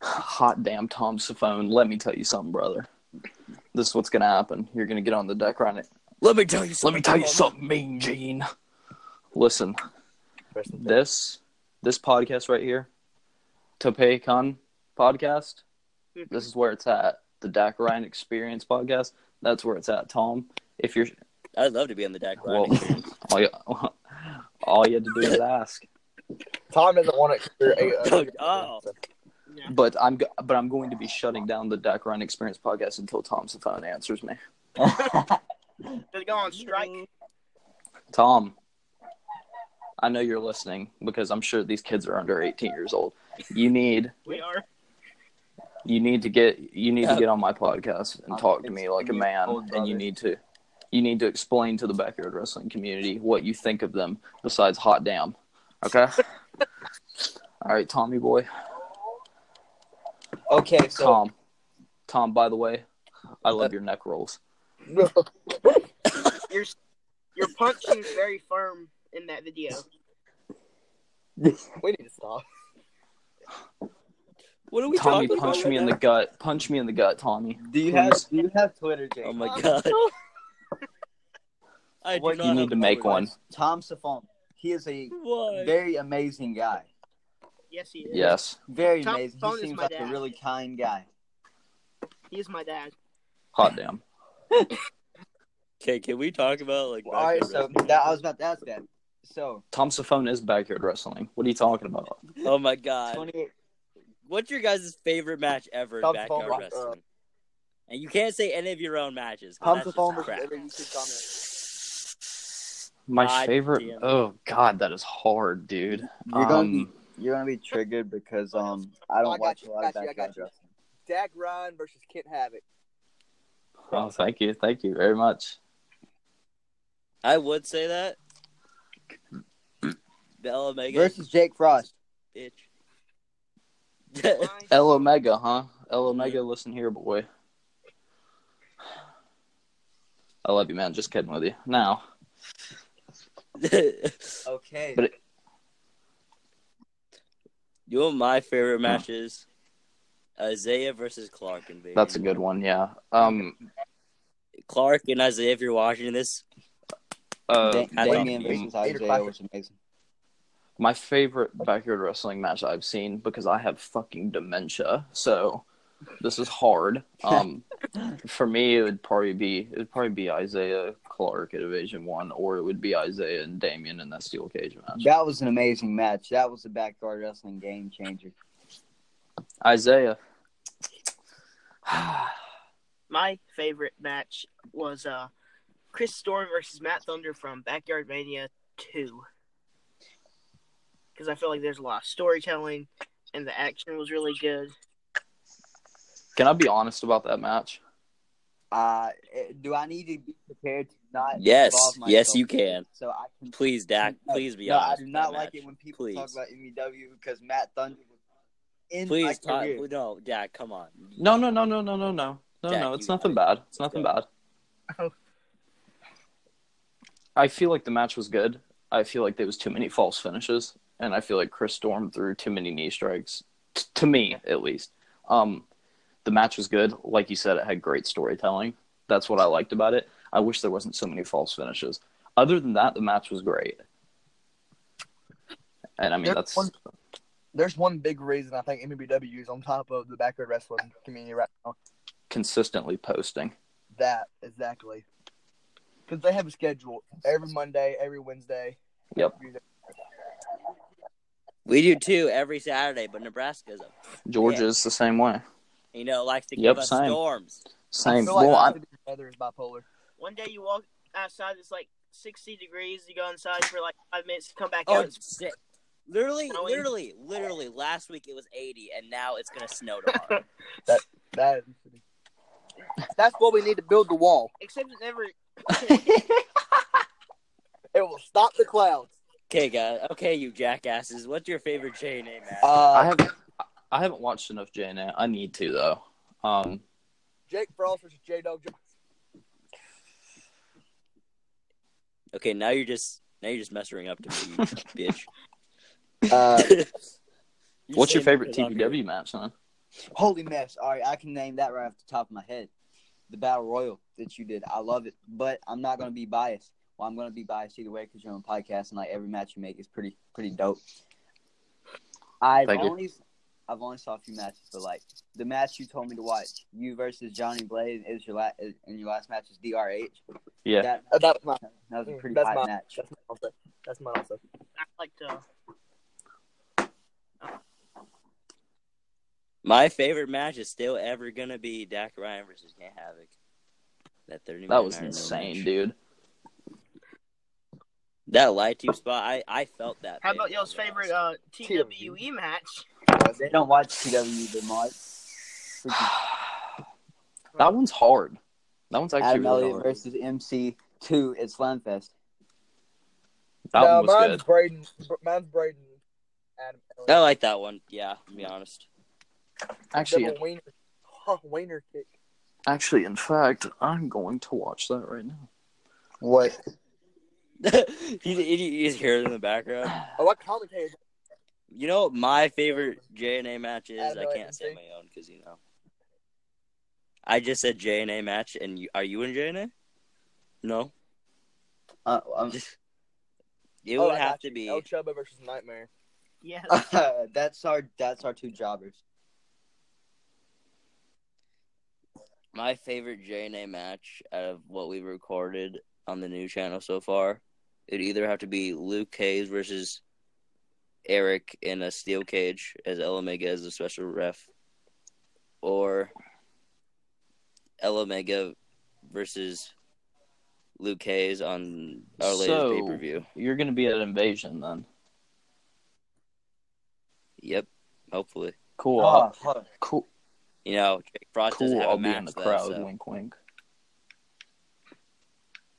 [SPEAKER 5] Hot damn, Tom Saffone. Let me tell you something, brother. This is what's gonna happen. You're gonna get on the deck right it. Let me tell you. Let me tell you something, Mean Gene. Listen,
[SPEAKER 2] Rest in peace.
[SPEAKER 5] this this podcast right here, Topecon podcast. This is where it's at. The Dak Ryan Experience podcast. That's where it's at, Tom. If you're
[SPEAKER 1] I'd love to be on the deck.
[SPEAKER 5] well,
[SPEAKER 1] Well,
[SPEAKER 5] all you all you had to do was ask.
[SPEAKER 2] Tom doesn't want to experience.
[SPEAKER 1] Oh.
[SPEAKER 4] Yeah.
[SPEAKER 5] But I'm go- but I'm going to be shutting down the Dak Ryan Experience podcast until Tom Saffone answers me.
[SPEAKER 4] Did it go on strike?
[SPEAKER 5] Tom, I know you're listening because I'm sure these kids are under 18 years old. You need
[SPEAKER 4] We are.
[SPEAKER 5] you need to get you need to
[SPEAKER 1] Yeah.
[SPEAKER 5] get on my podcast and
[SPEAKER 3] I'm
[SPEAKER 5] talk to me like a
[SPEAKER 3] 16
[SPEAKER 5] man,
[SPEAKER 3] old
[SPEAKER 5] and
[SPEAKER 3] brother.
[SPEAKER 5] you need to you need to explain to the backyard wrestling community what you think of them besides hot damn. Okay. All right, Tommy boy,
[SPEAKER 3] okay, so
[SPEAKER 5] Tom, Tom. By the way, I love your neck rolls.
[SPEAKER 4] Your your punch seems very firm in that video.
[SPEAKER 2] we need to stop.
[SPEAKER 1] what are we
[SPEAKER 5] Tommy,
[SPEAKER 1] talking
[SPEAKER 5] punch
[SPEAKER 1] about?
[SPEAKER 5] me in the
[SPEAKER 1] right
[SPEAKER 5] gut. Punch me in the gut, Tommy.
[SPEAKER 3] do you
[SPEAKER 5] Please.
[SPEAKER 3] have do you have Twitter, Jake?
[SPEAKER 1] now? Oh my god! I do
[SPEAKER 3] What-
[SPEAKER 1] not
[SPEAKER 5] You
[SPEAKER 1] have
[SPEAKER 5] need to
[SPEAKER 1] a
[SPEAKER 5] make
[SPEAKER 1] clue.
[SPEAKER 5] one.
[SPEAKER 3] Tom Safone. He is a
[SPEAKER 1] Why?
[SPEAKER 3] very amazing guy.
[SPEAKER 4] Yes, he is.
[SPEAKER 5] Yes.
[SPEAKER 3] Very
[SPEAKER 4] Tom
[SPEAKER 3] amazing.
[SPEAKER 4] Safone
[SPEAKER 3] He
[SPEAKER 4] is
[SPEAKER 3] seems
[SPEAKER 4] my
[SPEAKER 3] like a
[SPEAKER 4] dad.
[SPEAKER 3] really kind guy.
[SPEAKER 4] He is my dad.
[SPEAKER 5] Hot damn.
[SPEAKER 1] Okay, can we talk about like?
[SPEAKER 3] all right,
[SPEAKER 1] backyard
[SPEAKER 3] so
[SPEAKER 1] wrestling?
[SPEAKER 3] that I was about to ask that. So
[SPEAKER 5] Tom Saffone is backyard wrestling. What are you talking about?
[SPEAKER 1] Oh my god!
[SPEAKER 3] 28,
[SPEAKER 1] What's your guys' favorite match ever in
[SPEAKER 2] Tom
[SPEAKER 1] backyard
[SPEAKER 2] Savone, uh,
[SPEAKER 1] wrestling? and you can't say any of your own matches. 'cause
[SPEAKER 2] Tom
[SPEAKER 1] that's just
[SPEAKER 2] Safone versus
[SPEAKER 1] crap.
[SPEAKER 2] every YouTube comment.
[SPEAKER 5] My
[SPEAKER 1] God
[SPEAKER 5] favorite.
[SPEAKER 1] damn.
[SPEAKER 5] Oh God, that is hard, dude.
[SPEAKER 3] you're gonna be
[SPEAKER 5] Um,
[SPEAKER 3] you're gonna be triggered because um I don't
[SPEAKER 2] I got
[SPEAKER 3] watch
[SPEAKER 2] you,
[SPEAKER 3] a lot of
[SPEAKER 2] got you, I
[SPEAKER 3] backyard
[SPEAKER 2] got you. Dak Ryan versus Kent Havoc.
[SPEAKER 5] oh, thank you, thank you very much.
[SPEAKER 1] I would say that. Bell Omega
[SPEAKER 3] wrestling versus Jake Frost.
[SPEAKER 1] bitch.
[SPEAKER 4] Mine-
[SPEAKER 5] El Omega, huh? El Omega, listen here, boy. I love you, man. Just kidding with you. Now,
[SPEAKER 3] Okay.
[SPEAKER 5] But-
[SPEAKER 1] you know what my favorite match is? Isaiah versus Clark and
[SPEAKER 5] that's a good one. Yeah. Um.
[SPEAKER 1] Clark and Isaiah. If you're watching this,
[SPEAKER 5] Uh,
[SPEAKER 3] Dan-
[SPEAKER 1] I don't-
[SPEAKER 3] Damian versus Isaiah
[SPEAKER 2] Classic.
[SPEAKER 3] was amazing.
[SPEAKER 5] my favorite backyard wrestling match I've seen because I have fucking dementia. So this is hard. Um, for me, it would probably be it would probably be Isaiah Clark at Evasion One, or it would be Isaiah and Damien in that steel cage match.
[SPEAKER 3] That was an amazing match. That was a backyard wrestling game changer.
[SPEAKER 5] Isaiah,
[SPEAKER 4] My favorite match was uh, Chris Storm versus Matt Thunder from Backyard Mania 2. Because I feel like there's a lot of storytelling, and the action was really good.
[SPEAKER 5] can I be honest about that match?
[SPEAKER 3] Uh, eh, do I need to be prepared to not?
[SPEAKER 1] Yes,
[SPEAKER 3] involve myself
[SPEAKER 1] yes, you can.
[SPEAKER 3] So I can.
[SPEAKER 1] Please, Dak.
[SPEAKER 3] No,
[SPEAKER 1] Please be
[SPEAKER 3] no,
[SPEAKER 1] honest.
[SPEAKER 3] I
[SPEAKER 1] with
[SPEAKER 3] do
[SPEAKER 1] that
[SPEAKER 3] not
[SPEAKER 1] match.
[SPEAKER 3] like it when people talk
[SPEAKER 1] Please.
[SPEAKER 3] about MEW because Matt Thunder was in my
[SPEAKER 1] Please, talk,
[SPEAKER 3] career.
[SPEAKER 1] no, Dak. Come on.
[SPEAKER 5] No, no, no, no, no, no, no, no,
[SPEAKER 1] Jack,
[SPEAKER 5] no. It's
[SPEAKER 1] you-
[SPEAKER 5] nothing bad. It's nothing bad.
[SPEAKER 4] Oh.
[SPEAKER 5] I feel like the match was good. I feel like there was too many false finishes, and I feel like Chris Storm threw too many knee strikes. T- to me, at least. Um, the match was good. Like you said, it had great storytelling. That's what I liked about it. I wish there wasn't so many false finishes. Other than that, the match was great. And I mean,
[SPEAKER 2] There's
[SPEAKER 5] that's
[SPEAKER 2] one- There's one big reason I think MBW is on top of the backyard wrestling community right now.
[SPEAKER 5] consistently posting.
[SPEAKER 2] That exactly. Because they have a schedule every Monday, every Wednesday.
[SPEAKER 5] Yep.
[SPEAKER 1] We do too every Saturday, but Nebraska's up.
[SPEAKER 5] Georgia is the same way.
[SPEAKER 1] You know, it likes to give
[SPEAKER 5] Yep,
[SPEAKER 1] us
[SPEAKER 5] same.
[SPEAKER 1] storms.
[SPEAKER 2] I
[SPEAKER 5] Same.
[SPEAKER 2] feel like
[SPEAKER 5] well, I,
[SPEAKER 2] the weather is bipolar.
[SPEAKER 4] One day you walk outside, it's like 60 degrees. You go inside for like five minutes, come back
[SPEAKER 1] Oh,
[SPEAKER 4] out.
[SPEAKER 1] it's sick. Literally,
[SPEAKER 4] Snowing.
[SPEAKER 1] literally, literally. Last week it was 80, and now it's gonna snow tomorrow.
[SPEAKER 2] That that's what we need to build the wall.
[SPEAKER 4] Except it never.
[SPEAKER 2] It will stop the clouds.
[SPEAKER 1] okay, guys. Okay, you jackasses. What's your favorite J name? Matt?
[SPEAKER 2] Uh,
[SPEAKER 5] I have I haven't watched enough JNA. I need to though. Um,
[SPEAKER 2] Jake Frost versus J Dog Johnson.
[SPEAKER 1] okay, now you're just now you're just messing up to me, you bitch.
[SPEAKER 2] Uh,
[SPEAKER 1] You're
[SPEAKER 5] what's your
[SPEAKER 1] saying
[SPEAKER 5] favorite
[SPEAKER 1] because I'm
[SPEAKER 5] TPW match, man?
[SPEAKER 3] Holy mess. All right, I can name that right off the top of my head. The Battle Royal that you did. I love it, but I'm not going to be biased. Well, I'm going to be biased either way because you're on a podcast and like every match you make is pretty pretty dope. I've
[SPEAKER 5] Thank you.
[SPEAKER 3] only I've only saw a few matches, but like the match you told me to watch, you versus Johnny Blaze is your last and your last match is DRH.
[SPEAKER 5] Yeah,
[SPEAKER 3] That,
[SPEAKER 2] that's Uh, my
[SPEAKER 3] that was a pretty
[SPEAKER 2] That's
[SPEAKER 3] hot
[SPEAKER 2] my-
[SPEAKER 3] match.
[SPEAKER 2] that's my also. That's my also.
[SPEAKER 4] I like to.
[SPEAKER 1] My favorite match is still ever gonna be Dak Ryan versus Nate Havoc. That thirty.
[SPEAKER 5] that was insane, dude.
[SPEAKER 1] That light tube spot, I I felt that.
[SPEAKER 4] How
[SPEAKER 1] pain
[SPEAKER 4] about
[SPEAKER 1] when
[SPEAKER 4] y'all's
[SPEAKER 1] I was-
[SPEAKER 4] favorite uh, TWE match?
[SPEAKER 3] They don't watch PW, but Mark.
[SPEAKER 5] that one's hard. That one's actually
[SPEAKER 3] Adam
[SPEAKER 5] really
[SPEAKER 3] Elliott
[SPEAKER 5] hard.
[SPEAKER 3] versus MC2 at Slamfest.
[SPEAKER 5] That
[SPEAKER 2] no,
[SPEAKER 5] one was
[SPEAKER 2] mine's
[SPEAKER 5] good.
[SPEAKER 2] Braden. Mine's Braden. Adam.
[SPEAKER 1] I
[SPEAKER 2] Elliott.
[SPEAKER 1] like that one. Yeah, to be honest.
[SPEAKER 5] Actually,
[SPEAKER 2] Double wiener, oh, wiener kick.
[SPEAKER 5] actually, in fact, I'm going to watch that right now.
[SPEAKER 2] What?
[SPEAKER 1] you, you, you just hear it in the background.
[SPEAKER 2] Oh, I commentated.
[SPEAKER 1] You know what my favorite J and A match is?
[SPEAKER 2] Adam
[SPEAKER 1] I can't say
[SPEAKER 2] Elliott.
[SPEAKER 1] my own because you know. I just said J and A match, and you, are you in J and A? No,
[SPEAKER 3] Uh, um,
[SPEAKER 1] it
[SPEAKER 2] Oh,
[SPEAKER 1] would
[SPEAKER 2] I
[SPEAKER 1] have
[SPEAKER 2] got
[SPEAKER 1] to
[SPEAKER 2] you.
[SPEAKER 1] be.
[SPEAKER 2] El Chuba versus Nightmare.
[SPEAKER 4] Yes.
[SPEAKER 3] that's our that's our two jobbers.
[SPEAKER 1] My favorite J and A match out of what we've recorded on the new channel so far, it'd either have to be Luke Hayes versus Eric in a steel cage as El Omega as a special ref, or El Omega versus Luke Hayes on our
[SPEAKER 5] So-
[SPEAKER 1] latest pay per view.
[SPEAKER 5] You're going to be at Invasion then.
[SPEAKER 1] Yep, hopefully.
[SPEAKER 5] Cool.
[SPEAKER 3] Oh,
[SPEAKER 2] Uh,
[SPEAKER 5] I'll-
[SPEAKER 3] fuck.
[SPEAKER 5] cool.
[SPEAKER 1] You know, Jake Frost doesn't
[SPEAKER 5] Cool.
[SPEAKER 1] have a
[SPEAKER 5] I'll be
[SPEAKER 1] match
[SPEAKER 5] in the
[SPEAKER 1] though,
[SPEAKER 5] crowd.
[SPEAKER 1] so
[SPEAKER 5] Wink, wink.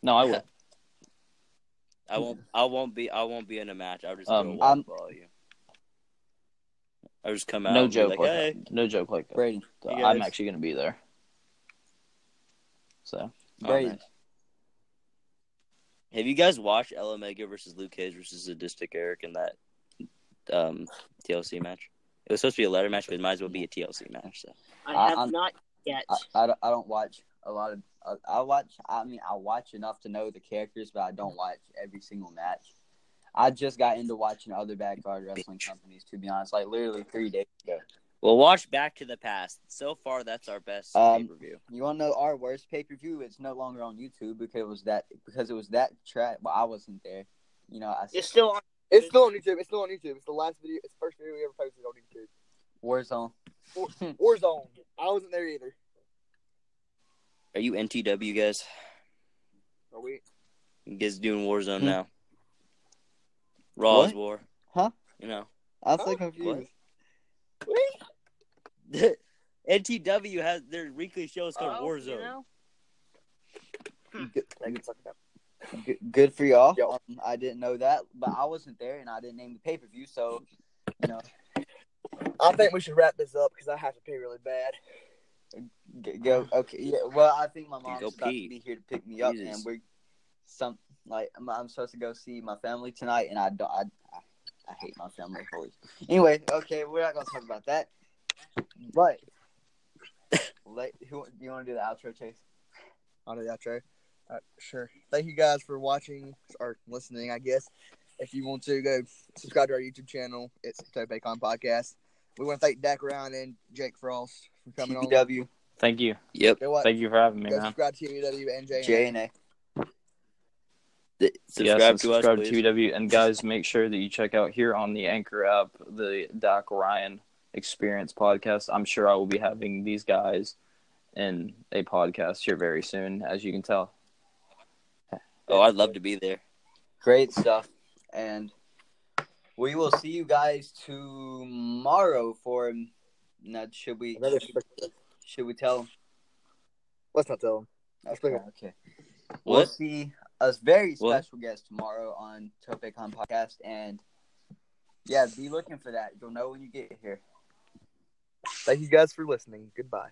[SPEAKER 5] No, I will.
[SPEAKER 1] I won't. I won't be. I won't be in a match. I'll just
[SPEAKER 5] Um,
[SPEAKER 1] go walk
[SPEAKER 3] I'm-
[SPEAKER 1] ball you. I'll just come out.
[SPEAKER 5] No
[SPEAKER 1] and be
[SPEAKER 5] joke.
[SPEAKER 1] Like,
[SPEAKER 5] like,
[SPEAKER 1] hey.
[SPEAKER 5] No joke. Like
[SPEAKER 3] Braden.
[SPEAKER 1] You
[SPEAKER 5] I'm
[SPEAKER 1] guys-
[SPEAKER 5] actually going to be there. So
[SPEAKER 1] Oh,
[SPEAKER 3] Braden.
[SPEAKER 1] nice. Have you guys watched El Omega versus Luke Cage versus Sadistic Eric in that um, TLC match? It was supposed to be a letter match, but it might as well be a TLC match. So
[SPEAKER 4] I have
[SPEAKER 3] I'm-
[SPEAKER 4] not yet.
[SPEAKER 3] I, I, don't- I don't watch a lot of. Uh, I watch. I mean, I watch enough to know the characters, but I don't watch every single match. I just got into watching other backyard wrestling companies. To be honest, like literally three days ago.
[SPEAKER 1] we'll watch Back to the Past. So far, that's our best
[SPEAKER 3] Um,
[SPEAKER 1] pay per view.
[SPEAKER 3] You want to know our worst pay per view? It's no longer on YouTube because it was that because it was that track. Well, I wasn't there. You know, I said
[SPEAKER 4] It's still on.
[SPEAKER 2] It's still on YouTube. It's still on YouTube. It's the last video. It's the first video we ever posted on YouTube.
[SPEAKER 3] Warzone.
[SPEAKER 2] Warzone. I wasn't there either.
[SPEAKER 1] Are you NTW guys?
[SPEAKER 2] Are we?
[SPEAKER 1] You guys doing Warzone
[SPEAKER 3] Hmm.
[SPEAKER 1] now? Raw's
[SPEAKER 3] What?
[SPEAKER 1] war.
[SPEAKER 3] Huh?
[SPEAKER 1] You know.
[SPEAKER 3] I'm so
[SPEAKER 2] Huh?
[SPEAKER 3] confused.
[SPEAKER 1] NTW has their weekly shows called
[SPEAKER 4] Oh,
[SPEAKER 1] Warzone.
[SPEAKER 4] You know?
[SPEAKER 2] They can suck it up.
[SPEAKER 3] G- good for y'all.
[SPEAKER 2] Yo.
[SPEAKER 3] Um, I didn't know that, but I wasn't there and I didn't name the pay per view, so you know,
[SPEAKER 2] I think we should wrap this up because I have to pee really bad.
[SPEAKER 3] g- go. Okay, yeah. Well, I think my mom's
[SPEAKER 1] go
[SPEAKER 3] about
[SPEAKER 1] pee.
[SPEAKER 3] to be here to pick me up,
[SPEAKER 1] Jesus.
[SPEAKER 3] and we're some like I'm, I'm supposed to go see my family tonight, and I don't. I, I, I hate my family. Holy. Anyway, okay, we're not gonna talk about that. But let who do you want to do the outro, Chase?
[SPEAKER 2] on the outro. Uh, sure. Thank you guys for watching or listening, I guess. If you want to, go subscribe to our YouTube channel. It's Topacon Podcast. We want to thank Dak Ryan and Jake Frost for coming on.
[SPEAKER 3] TPW,
[SPEAKER 5] Thank you.
[SPEAKER 1] Yep.
[SPEAKER 2] Go, watch,
[SPEAKER 5] Thank you for having me,
[SPEAKER 2] go
[SPEAKER 5] man.
[SPEAKER 2] subscribe to TBW and Jay.
[SPEAKER 3] J and A.
[SPEAKER 1] Th-
[SPEAKER 5] Yes,
[SPEAKER 1] subscribe
[SPEAKER 5] and
[SPEAKER 1] to us,
[SPEAKER 5] subscribe
[SPEAKER 1] please.
[SPEAKER 5] to TW. And guys, make sure that you check out here on the Anchor app the Doc Ryan Experience podcast. I'm sure I will be having these guys in a podcast here very soon, as you can tell.
[SPEAKER 1] Oh, I'd love to be there.
[SPEAKER 3] Great stuff. And we will see you guys tomorrow for now, should we
[SPEAKER 2] Another-
[SPEAKER 3] should we tell them?
[SPEAKER 2] Let's not tell them. Let's
[SPEAKER 3] Okay.
[SPEAKER 2] look
[SPEAKER 3] okay. We'll
[SPEAKER 1] What?
[SPEAKER 3] see a very
[SPEAKER 1] What?
[SPEAKER 3] special guest tomorrow on Topicon Podcast and yeah, be looking for that. You'll know when you get here.
[SPEAKER 2] Thank you guys for listening. Goodbye.